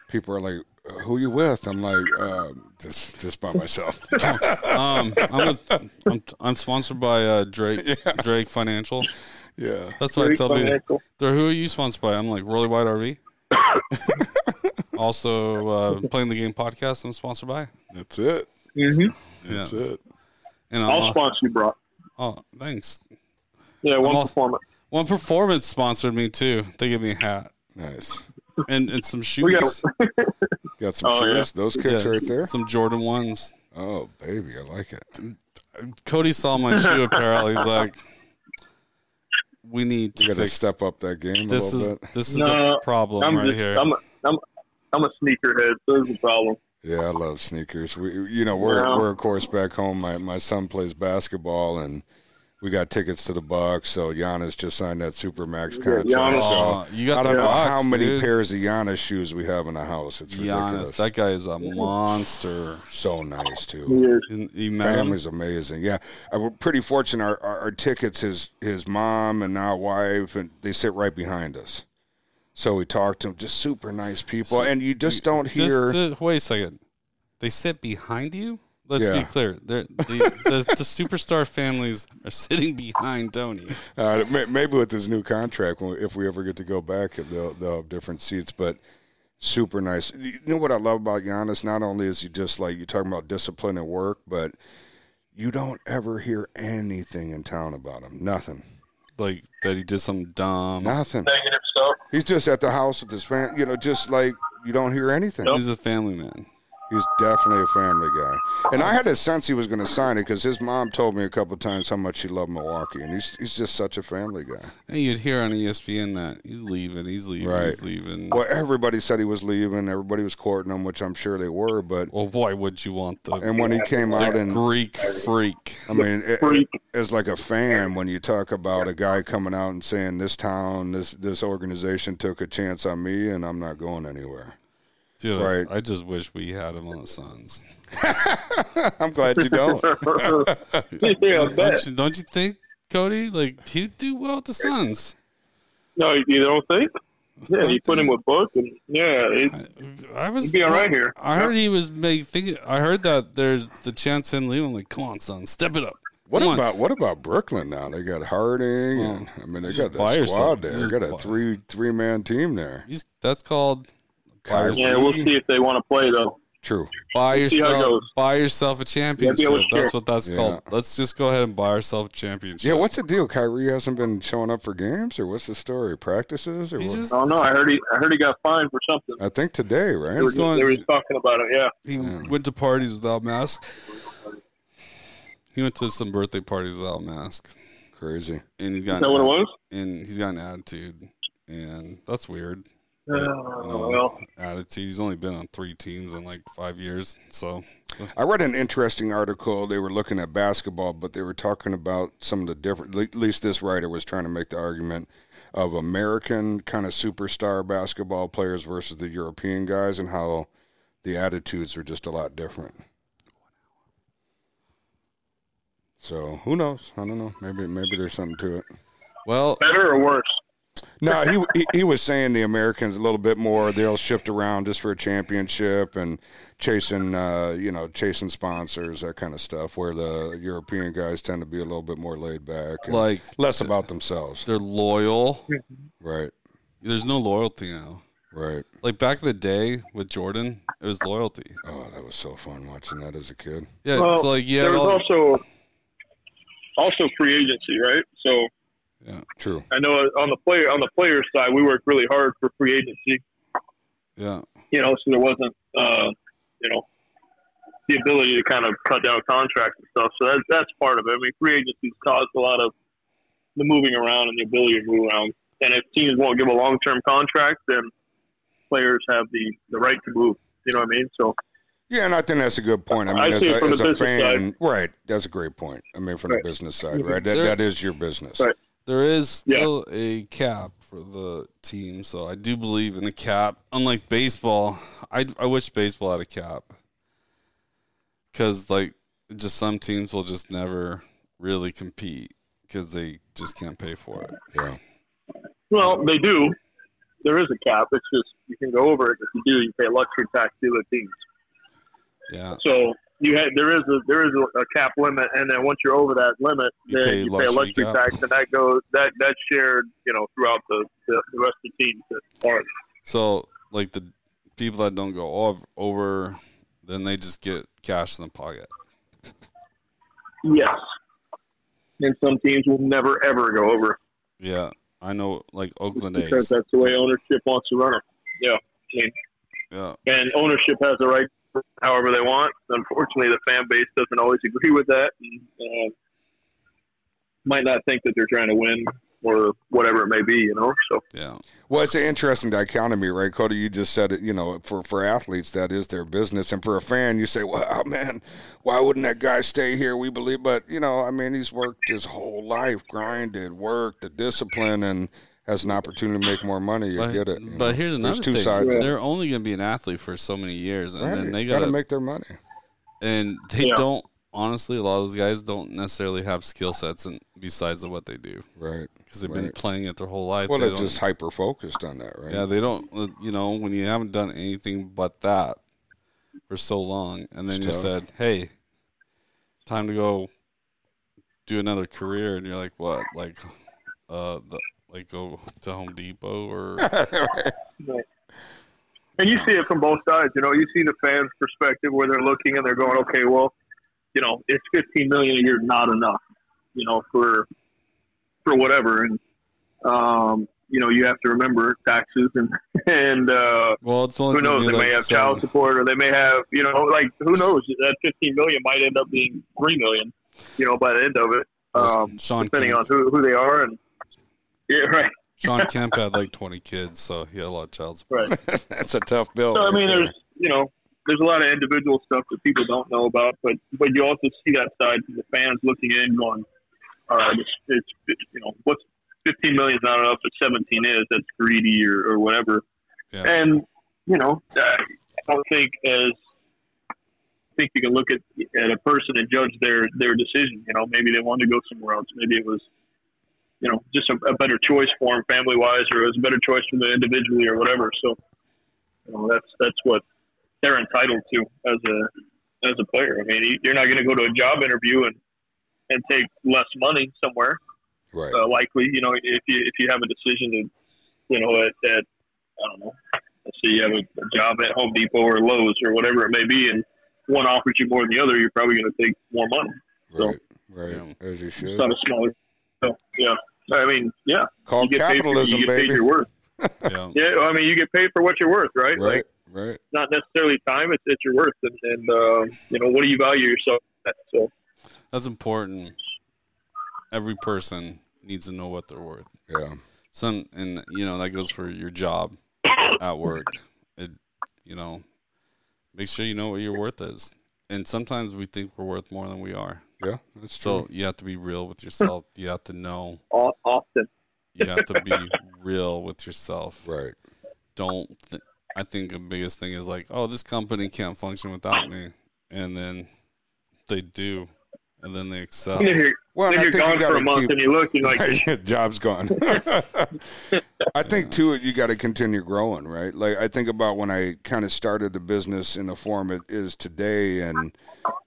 Speaker 5: people are like, "Who you with?" I'm like, uh, "Just, just by myself."
Speaker 3: um, I'm, with, I'm I'm sponsored by uh, Drake Drake Financial.
Speaker 5: yeah,
Speaker 3: That's what I
Speaker 4: Drake
Speaker 3: tell people.
Speaker 4: Financial.
Speaker 3: They're who are you sponsored by? I'm like Rolly White RV. also, uh, playing the game podcast. I'm sponsored by.
Speaker 5: that's it.
Speaker 4: Mhm.
Speaker 3: Yeah,
Speaker 5: That's it.
Speaker 3: and
Speaker 4: I'll
Speaker 3: I'm, uh,
Speaker 4: sponsor you, Brock.
Speaker 3: oh, thanks.
Speaker 4: Yeah, one
Speaker 3: all-
Speaker 4: performance.
Speaker 3: One performance sponsored me too. They gave me a hat
Speaker 5: Nice.
Speaker 3: and and some shoes.
Speaker 4: We got
Speaker 5: Got some
Speaker 4: Oh, yeah.
Speaker 5: shoes. Those
Speaker 3: Yeah,
Speaker 5: kicks right there.
Speaker 3: Some Jordan ones.
Speaker 5: Oh baby, I like it.
Speaker 3: Cody saw my shoe apparel. He's like, "We need to
Speaker 5: You got to
Speaker 3: fix that.
Speaker 5: step up that game a
Speaker 3: this.
Speaker 5: little
Speaker 3: Is
Speaker 5: bit.
Speaker 3: this is
Speaker 4: No,
Speaker 3: a problem
Speaker 4: I'm
Speaker 3: right
Speaker 4: just,
Speaker 3: here?"
Speaker 4: I'm a, I'm, I'm a sneakerhead, so there's a problem.
Speaker 5: Yeah, I love sneakers. We, you know, we're
Speaker 4: Yeah.
Speaker 5: we're of course back home. My my son plays basketball, and we got tickets to the Bucks. So Giannis just signed that supermax contract.
Speaker 4: Giannis.
Speaker 5: So
Speaker 3: Aw, you got
Speaker 5: I don't
Speaker 3: Oh, the
Speaker 5: know
Speaker 3: box,
Speaker 5: how many
Speaker 3: dude.
Speaker 5: pairs of Giannis shoes we have in the house. It's ridiculous.
Speaker 3: Giannis, that guy is a monster.
Speaker 5: so nice too.
Speaker 4: Yes.
Speaker 3: You, you met him?
Speaker 5: Family's amazing. Yeah, I, we're pretty fortunate. Our, our, our tickets, his his mom and now wife, and they sit right behind us. So we talked to them. Just super nice people, and you just don't
Speaker 3: Just-
Speaker 5: hear.
Speaker 3: uh, wait a second. They sit behind you. Let's
Speaker 5: Yeah.
Speaker 3: be clear. They're, the, the, the superstar families are sitting behind Tony.
Speaker 5: Uh, may- maybe with this new contract, when- if we ever get to go back, they'll, they'll have different seats. But super nice. You know what I love about Giannis? Not only is he just like you're talking about discipline and work, but you don't ever hear anything in town about him. Nothing.
Speaker 3: Like that he did something dumb.
Speaker 5: Nothing.
Speaker 4: Negative stuff.
Speaker 5: He's just at the house with his family. You know, just like you don't hear anything.
Speaker 3: He's a family man.
Speaker 5: He's definitely a family guy. And I had a sense he was going to sign it because his mom told me a couple times how much she loved Milwaukee, and he's he's just such a family guy.
Speaker 3: And you'd hear on E ESPN that he's leaving. He's leaving.
Speaker 5: Right.
Speaker 3: He's leaving.
Speaker 5: Well, everybody said he was leaving. Everybody was courting him, which I'm sure they were. But
Speaker 3: Well, why would you want the,
Speaker 5: and when he came
Speaker 3: the
Speaker 5: out, and
Speaker 3: Greek freak?
Speaker 5: I mean, it,
Speaker 4: Freak.
Speaker 5: as like a fan, when you talk about a guy coming out and saying this town, this this organization took a chance on me, and I'm not going anywhere.
Speaker 3: Dude,
Speaker 5: Right.
Speaker 3: I just wish we had him on the Suns.
Speaker 5: I'm glad you don't.
Speaker 4: yeah, I
Speaker 3: Don't
Speaker 4: bet.
Speaker 3: you, don't you think, Cody? Like he'd do well with the Suns.
Speaker 4: No, you don't think? Yeah, you put him with Book, and yeah, it,
Speaker 3: I, I was
Speaker 4: He'd be all right here.
Speaker 3: I heard he was make, think, I heard that there's the chance him leaving. I'm like, come on, son, step it up.
Speaker 5: What
Speaker 3: Come on."
Speaker 5: about what about Brooklyn now? They got Harding, and I mean, they
Speaker 3: Just
Speaker 5: got
Speaker 3: buy
Speaker 5: that
Speaker 3: yourself-
Speaker 5: squad there. They
Speaker 3: just
Speaker 5: got a
Speaker 3: buy-
Speaker 5: three three man team there.
Speaker 3: You s- that's called
Speaker 5: Kyrie,
Speaker 4: yeah, we'll see if they want to play though.
Speaker 5: true.
Speaker 3: buy
Speaker 4: see how it
Speaker 3: yourself
Speaker 4: goes.
Speaker 3: buy yourself a championship.
Speaker 4: what's
Speaker 3: that's
Speaker 4: true.
Speaker 3: what that's
Speaker 5: Yeah.
Speaker 3: called. Let's just go ahead and buy ourselves a championship.
Speaker 5: Yeah, what's the deal? Kyrie hasn't been showing up for games, or what's the story? Practices, or
Speaker 3: He's
Speaker 5: what?
Speaker 3: just
Speaker 4: I don't know. I heard he, I heard he got fined for something.
Speaker 5: I think today,
Speaker 4: They
Speaker 5: right?
Speaker 4: were,
Speaker 3: going-
Speaker 4: they were talking about it. Yeah,
Speaker 3: He went to parties without mask. He went to some birthday parties without mask,
Speaker 5: Crazy.
Speaker 3: and he's got
Speaker 4: is that what it was?
Speaker 3: and he's got an attitude, and that's weird.
Speaker 4: Oh, well,
Speaker 3: Attitude. He's only been on three teams in like five years, so
Speaker 5: I read an interesting article. They were looking at basketball, but they were talking about some of the different. At least this writer was trying to make the argument of American kind of superstar basketball players versus the European guys, and how the attitudes are just a lot different. So who knows? I don't know. Maybe maybe there's something to it.
Speaker 3: well,
Speaker 4: better or worse?
Speaker 5: No, he, he he was saying the Americans a little bit more. They'll shift around just for a championship and chasing, uh, you know, chasing sponsors, that kind of stuff. Where the European guys tend to be a little bit more laid back, and
Speaker 3: Like
Speaker 5: less about themselves.
Speaker 3: they're loyal.
Speaker 5: Right,
Speaker 3: There's no loyalty now.
Speaker 5: right.
Speaker 3: Like back in the day with Jordan, it was loyalty.
Speaker 5: Oh, that was so fun watching that as a kid.
Speaker 3: Yeah,
Speaker 4: Well,
Speaker 3: it's like yeah,
Speaker 4: there was
Speaker 3: all,
Speaker 4: also also free agency, right? So
Speaker 5: True.
Speaker 4: I know on the player on the player side, we worked really hard for free agency.
Speaker 3: yeah.
Speaker 4: you know, so there wasn't, uh, you know, the ability to kind of cut down contracts and stuff. So that's that's part of it. I mean, free agency's caused a lot of the moving around and the ability to move around. And if teams won't give a long term contract, then players have the, the right to move. You know what I mean? So
Speaker 5: Yeah, and I think that's a good point. I mean,
Speaker 4: I
Speaker 5: as
Speaker 4: see it
Speaker 5: a,
Speaker 4: from the
Speaker 5: as a
Speaker 4: business
Speaker 5: fan, right? That's a great point. I mean, from
Speaker 4: Right.
Speaker 5: the business side, right? That,
Speaker 3: There-
Speaker 5: that is your business.
Speaker 4: Right.
Speaker 3: There is
Speaker 4: Yeah.
Speaker 3: still a cap for the team, so I do believe in the cap. Unlike baseball, I I wish baseball had a cap because like just some teams will just never really compete because they just can't pay for it.
Speaker 5: Yeah.
Speaker 4: well, they do. There is a cap. It's just you can go over it. If you do, you pay luxury tax to the teams.
Speaker 3: Yeah,
Speaker 4: So you had there is a there is a, a cap limit, and then once you're over that limit,
Speaker 3: You
Speaker 4: then
Speaker 3: pay
Speaker 4: you pay a
Speaker 3: luxury
Speaker 4: luxury
Speaker 3: cap.
Speaker 4: tax, and that goes that that's shared, you know, throughout the, the, the rest of the team. that aren't.
Speaker 3: so like the people that don't go ov- over, then they just get cash in the pocket.
Speaker 4: Yes, and some teams will never ever go over
Speaker 3: Yeah, I know, like Oakland
Speaker 4: because
Speaker 3: A's.
Speaker 4: that's the way ownership wants to run it. Yeah, I mean,
Speaker 3: Yeah,
Speaker 4: and ownership has the right to however they want. Unfortunately, the fan base doesn't always agree with that, and uh, might not think that they're trying to win or whatever it may be. You know, so.
Speaker 3: yeah.
Speaker 5: Well, it's an interesting dichotomy, right, Cody? You just said it. You know, for for athletes, that is their business, and for a fan, you say, "Wow, man, why wouldn't that guy stay here?" We believe, but you know, I mean, he's worked his whole life, grinded, worked, the discipline, and has an opportunity to make more money. You
Speaker 3: But,
Speaker 5: get it. you
Speaker 3: but
Speaker 5: know?
Speaker 3: here's another
Speaker 5: There's two
Speaker 3: thing:
Speaker 5: sides. of it.
Speaker 3: they're only going to be an athlete for so many years, and then
Speaker 5: Right.
Speaker 3: they got
Speaker 5: gotta
Speaker 3: to
Speaker 5: make their money.
Speaker 3: and they
Speaker 4: Yeah.
Speaker 3: don't honestly a lot of those guys don't necessarily have skill sets and besides of what they do
Speaker 5: Right.
Speaker 3: because they've been
Speaker 5: Right.
Speaker 3: playing it their whole life
Speaker 5: Well,
Speaker 3: they
Speaker 5: they're
Speaker 3: don't,
Speaker 5: just hyper focused on that, right?
Speaker 3: yeah they don't uh, you know when you haven't done anything but that for so long and then
Speaker 5: It's
Speaker 3: you
Speaker 5: tough.
Speaker 3: said hey time to go do another career and you're like what like uh the, like go to home depot or
Speaker 4: And you see it from both sides. You know, you see the fans' perspective where they're looking and they're going, okay, well, you know, it's fifteen million a year, not enough. You know, for for whatever, and um, you know, you have to remember taxes and and uh,
Speaker 3: well it's only
Speaker 4: who
Speaker 3: gonna
Speaker 4: knows,
Speaker 3: be
Speaker 4: they
Speaker 3: like
Speaker 4: may have
Speaker 3: seven-
Speaker 4: child support or they may have, you know, like who knows that fifteen million might end up being three million. You know, by the end of it, um,
Speaker 3: Sean
Speaker 4: depending
Speaker 3: Kemp-
Speaker 4: on who who they are and yeah, right.
Speaker 3: Sean Kemp had like 20 kids so he had a lot of child support
Speaker 4: Right.
Speaker 5: That's a tough bill.
Speaker 4: So I
Speaker 5: right
Speaker 4: mean,
Speaker 5: there.
Speaker 4: there's you know, there's a lot of individual stuff that people don't know about, but but you also see that side from the fans looking in, going, all right, it's, it's you know, what's 15 million is not enough, but 17 is that's greedy or, or whatever.
Speaker 3: Yeah.
Speaker 4: And you know, I don't think as I think you can look at at a person and judge their their decision. You know, maybe they wanted to go somewhere else. Maybe it was. You know, just a, a better choice for them, family wise, or it was a better choice for them individually, or whatever. So, you know, that's that's what they're entitled to as a as a player. I mean, you- you're not going to go to a job interview and and take less money somewhere.
Speaker 5: right.
Speaker 4: Uh, likely, you know, if you if you have a decision to, you know, at, at I don't know, let's say you have a, a job at Home Depot or Lowe's or whatever it may be, and one offers you more than the other, you're probably going to take more money. so-
Speaker 5: right. Right. As you should.
Speaker 4: It's not a smaller. So, yeah, I mean, yeah, you
Speaker 5: Called
Speaker 4: get paid for,
Speaker 5: capitalism,
Speaker 4: you get paid
Speaker 5: baby.
Speaker 4: your worth.
Speaker 3: yeah
Speaker 4: Yeah, I mean, you get paid for what you're worth, right? Like,
Speaker 5: Right. Right.
Speaker 4: not necessarily time; it's it's your worth, and, and uh, you know what do you value yourself at. So
Speaker 3: That's important. Every person needs to know what they're worth.
Speaker 5: Yeah.
Speaker 3: Some and you know that goes for your job at work. It you know make sure you know what your worth is. And sometimes we think we're worth more than we are.
Speaker 5: Yeah. That's true.
Speaker 3: So you have to be real with yourself. You have to know.
Speaker 4: o- often,
Speaker 3: You have to be real with yourself.
Speaker 5: right.
Speaker 3: Don't. Th- I think the biggest thing is like, oh, this company can't function without me, and then they do, and then they excel.
Speaker 4: And if you're, if
Speaker 5: Well, and I
Speaker 4: you're
Speaker 5: think you
Speaker 4: gone for a
Speaker 5: gotta
Speaker 4: month
Speaker 5: keep-
Speaker 4: and you look, you're like,
Speaker 5: Your job's gone. I think too, you got to continue growing, right? Like I think about when I kind of started the business in the form it is today, and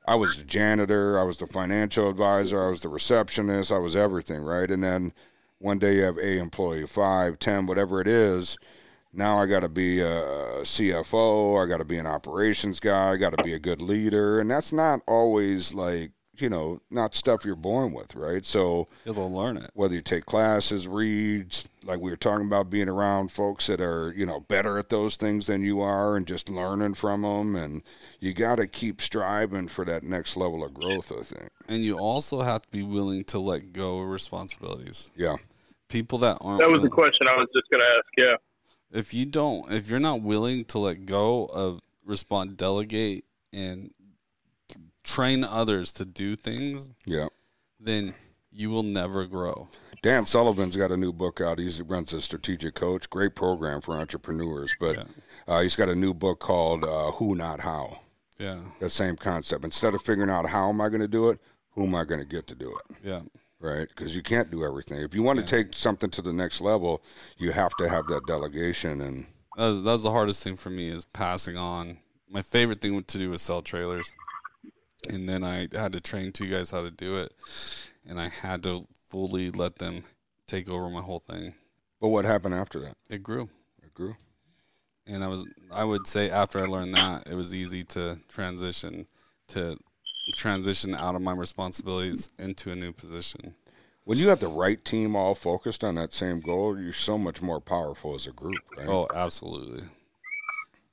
Speaker 5: I was the janitor, I was the financial advisor, I was the receptionist, I was everything, right? And then one day you have a employee, five, ten, whatever it is. Now I got to be a CFO, I got to be an operations guy, I got to be a good leader, and that's not always like you know not stuff you're born with, right? So
Speaker 3: You'll learn it.
Speaker 5: whether you take classes, reads, like we were talking about being around folks that are, you know, better at those things than you are and just learning from them. And you got to keep striving for that next level of growth, I think.
Speaker 3: And you also have to be willing to let go of responsibilities.
Speaker 5: Yeah.
Speaker 3: People that aren't
Speaker 4: that was the
Speaker 3: willing-
Speaker 4: question I was just going to ask. Yeah.
Speaker 3: if you don't if you're not willing to let go of respond delegate and train others to do things
Speaker 5: Yeah.
Speaker 3: then you will never grow
Speaker 5: Dan Sullivan's got a new book out. He runs a strategic coach, great program for entrepreneurs. But uh, he's got a new book called uh, Who Not How.
Speaker 3: yeah
Speaker 5: That same concept. Instead of figuring out how am I going to do it, who am I going to get to do it?
Speaker 3: yeah
Speaker 5: right? Because you can't do everything. If you want to take something to the next level, you have to have that delegation. And
Speaker 3: that was, that was the hardest thing for me is passing on my favorite thing to do was sell trailers and then i had to train two guys how to do it and i had to fully let them take over my whole thing
Speaker 5: but what happened after that?
Speaker 3: it grew
Speaker 5: It grew.
Speaker 3: and I was I would say after I learned that it was easy to transition to transition out of my responsibilities into a new position.
Speaker 5: When you have the right team all focused on that same goal, you're so much more powerful as a group. Right?
Speaker 3: Oh, absolutely.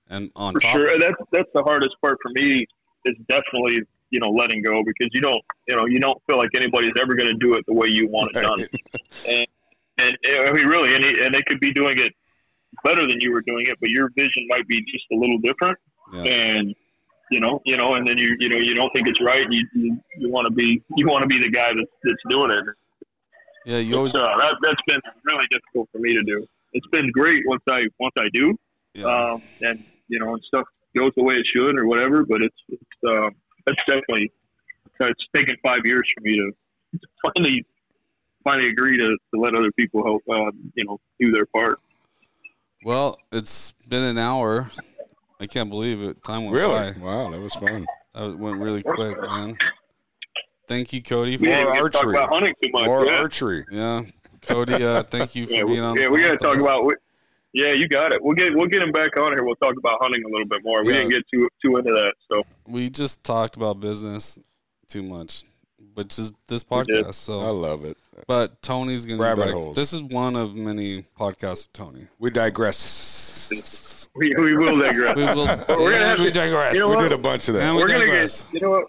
Speaker 3: And on
Speaker 4: for
Speaker 3: top,
Speaker 4: sure. And that's that's the hardest part for me is definitely you know letting go because you don't you know you don't feel like anybody's ever going to do it the way you want it done, and, and and, I mean really, and, it- and they could be doing it better than you were doing it, but your vision might be just a little different,
Speaker 3: Yeah.
Speaker 4: and you know you know, and then you you know you don't think it's right, and you you, you want to be you want to be the guy that's that's doing it.
Speaker 3: yeah, you always
Speaker 4: So that that's been really difficult for me to do. It's been great once I once I do,
Speaker 3: yeah,
Speaker 4: um, and you know, and stuff goes the way it should or whatever. But it's it's uh, that's definitely it's taken five years for me to finally finally agree to, to let other people help uh, you know do their part.
Speaker 3: Well, it's been an hour. I can't believe it. Time went
Speaker 5: really?
Speaker 3: by.
Speaker 5: Wow, that was fun.
Speaker 3: Uh, It went really quick, man. Thank you, Cody. For,
Speaker 4: We
Speaker 5: Yeah.
Speaker 3: yeah.
Speaker 5: More
Speaker 4: didn't get to talk
Speaker 5: archery.
Speaker 4: about hunting too much.
Speaker 5: More
Speaker 4: yeah.
Speaker 5: archery.
Speaker 3: Cody. Uh, thank you for
Speaker 4: yeah, we,
Speaker 3: being on. the
Speaker 4: yeah, we
Speaker 3: phone
Speaker 4: got to
Speaker 3: with
Speaker 4: talk
Speaker 3: us.
Speaker 4: about. We, yeah, you got it. We'll get we'll get him back on here. We'll talk about hunting a little bit more. We
Speaker 3: Yeah.
Speaker 4: didn't get too too into that. So
Speaker 3: We just talked about business too much, which is this
Speaker 4: did.
Speaker 3: podcast. So
Speaker 5: I love it.
Speaker 3: But Tony's gonna
Speaker 5: Rabbit
Speaker 3: be back.
Speaker 5: holes.
Speaker 3: This is one of many podcasts with Tony.
Speaker 5: We digress.
Speaker 4: we, we will digress.
Speaker 3: We will.
Speaker 4: we're gonna have
Speaker 3: we
Speaker 4: to-
Speaker 3: digress.
Speaker 4: you know
Speaker 5: We
Speaker 4: what?
Speaker 5: did a bunch of
Speaker 3: And
Speaker 5: that.
Speaker 3: we
Speaker 4: We're gonna
Speaker 3: digress.
Speaker 4: get you know what.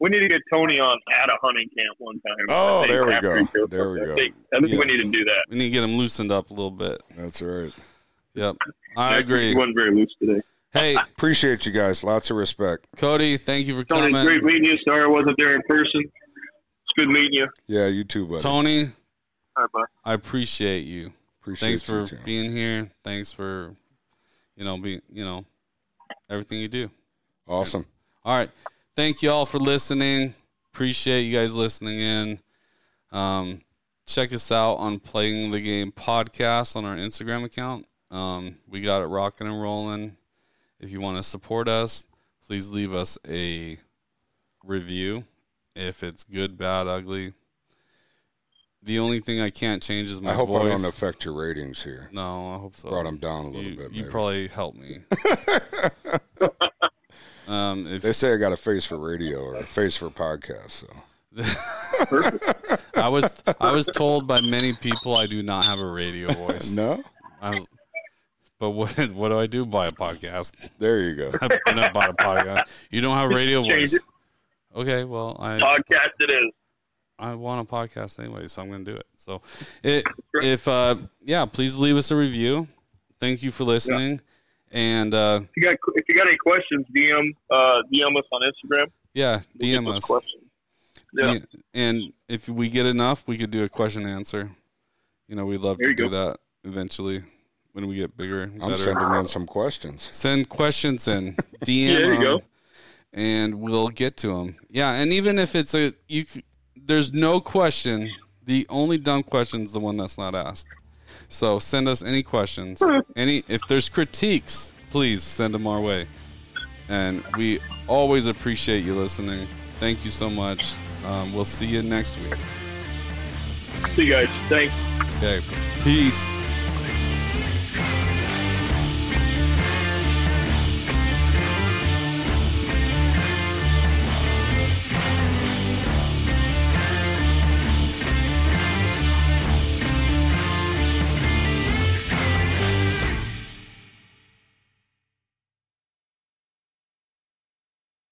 Speaker 4: We need to get Tony on at a hunting camp one time.
Speaker 5: Oh,
Speaker 4: I think,
Speaker 5: there we
Speaker 4: after
Speaker 5: go.
Speaker 4: he goes
Speaker 5: There we
Speaker 4: up
Speaker 5: go.
Speaker 4: I think, I think we
Speaker 3: Yeah.
Speaker 4: need to do that.
Speaker 3: we need to get him loosened up a little bit.
Speaker 5: That's right.
Speaker 3: Yep, I
Speaker 4: Yeah,
Speaker 3: agree.
Speaker 4: He wasn't very loose today.
Speaker 3: Hey,
Speaker 5: Appreciate you guys. Lots of respect.
Speaker 3: Cody, thank you for
Speaker 4: Tony,
Speaker 3: coming.
Speaker 4: great meeting you. Sorry I wasn't there in person. It's good meeting you.
Speaker 5: Yeah, you too, buddy.
Speaker 3: Tony,
Speaker 4: All right, bye.
Speaker 3: I appreciate you.
Speaker 5: Appreciate
Speaker 3: Thanks
Speaker 5: you
Speaker 3: for
Speaker 5: too.
Speaker 3: being here. Thanks for, you know, being, you know, everything you do.
Speaker 5: awesome.
Speaker 3: All right. Thank you all for listening. Appreciate you guys listening in. Um, check us out on Playing the Game Podcast on our Instagram account. Um, we got it rocking and rolling. If you want to support us, please leave us a review if it's good, bad, ugly. The only thing I can't change is my
Speaker 5: I hope I
Speaker 3: voice.
Speaker 5: don't affect your ratings here.
Speaker 3: no, I hope so
Speaker 5: Brought them down a little
Speaker 3: you,
Speaker 5: bit.
Speaker 3: you
Speaker 5: maybe.
Speaker 3: probably helped me. um, if
Speaker 5: They say I got a face for radio or a face for podcasts. So
Speaker 3: I was I was told by many people I do not have a radio voice.
Speaker 5: no,
Speaker 3: I was, but what what do I do? Buy a podcast?
Speaker 5: there you go.
Speaker 3: I went and bought a podcast. You don't have a radio
Speaker 4: Change
Speaker 3: voice.
Speaker 4: it.
Speaker 3: Okay, well I
Speaker 4: Podcast it is.
Speaker 3: I want a podcast anyway, so I'm going to do it. So it, if uh yeah, please leave us a review. Thank you for listening. And uh
Speaker 4: If you got if you got any questions, DM uh, DM us on Instagram.
Speaker 3: yeah,
Speaker 4: We'll get
Speaker 3: DM
Speaker 4: those
Speaker 3: us.
Speaker 4: Questions. Yeah.
Speaker 3: And if we get enough, we could do a question and answer. You know, we'd love
Speaker 4: There
Speaker 3: to
Speaker 4: you
Speaker 3: do
Speaker 4: go.
Speaker 3: that eventually when we get bigger and
Speaker 5: I'm
Speaker 3: better.
Speaker 5: sending in some questions.
Speaker 3: Send questions in. DM
Speaker 4: there you
Speaker 3: them.
Speaker 4: go.
Speaker 3: and we'll get to them. Yeah, and even if it's a you, c- there's no question. The only dumb question is the one that's not asked. So send us any questions. Any if there's critiques, please send them our way. And we always appreciate you listening. Thank you so much. Um, we'll see you next week.
Speaker 4: See you guys. Thanks.
Speaker 3: Okay. Peace.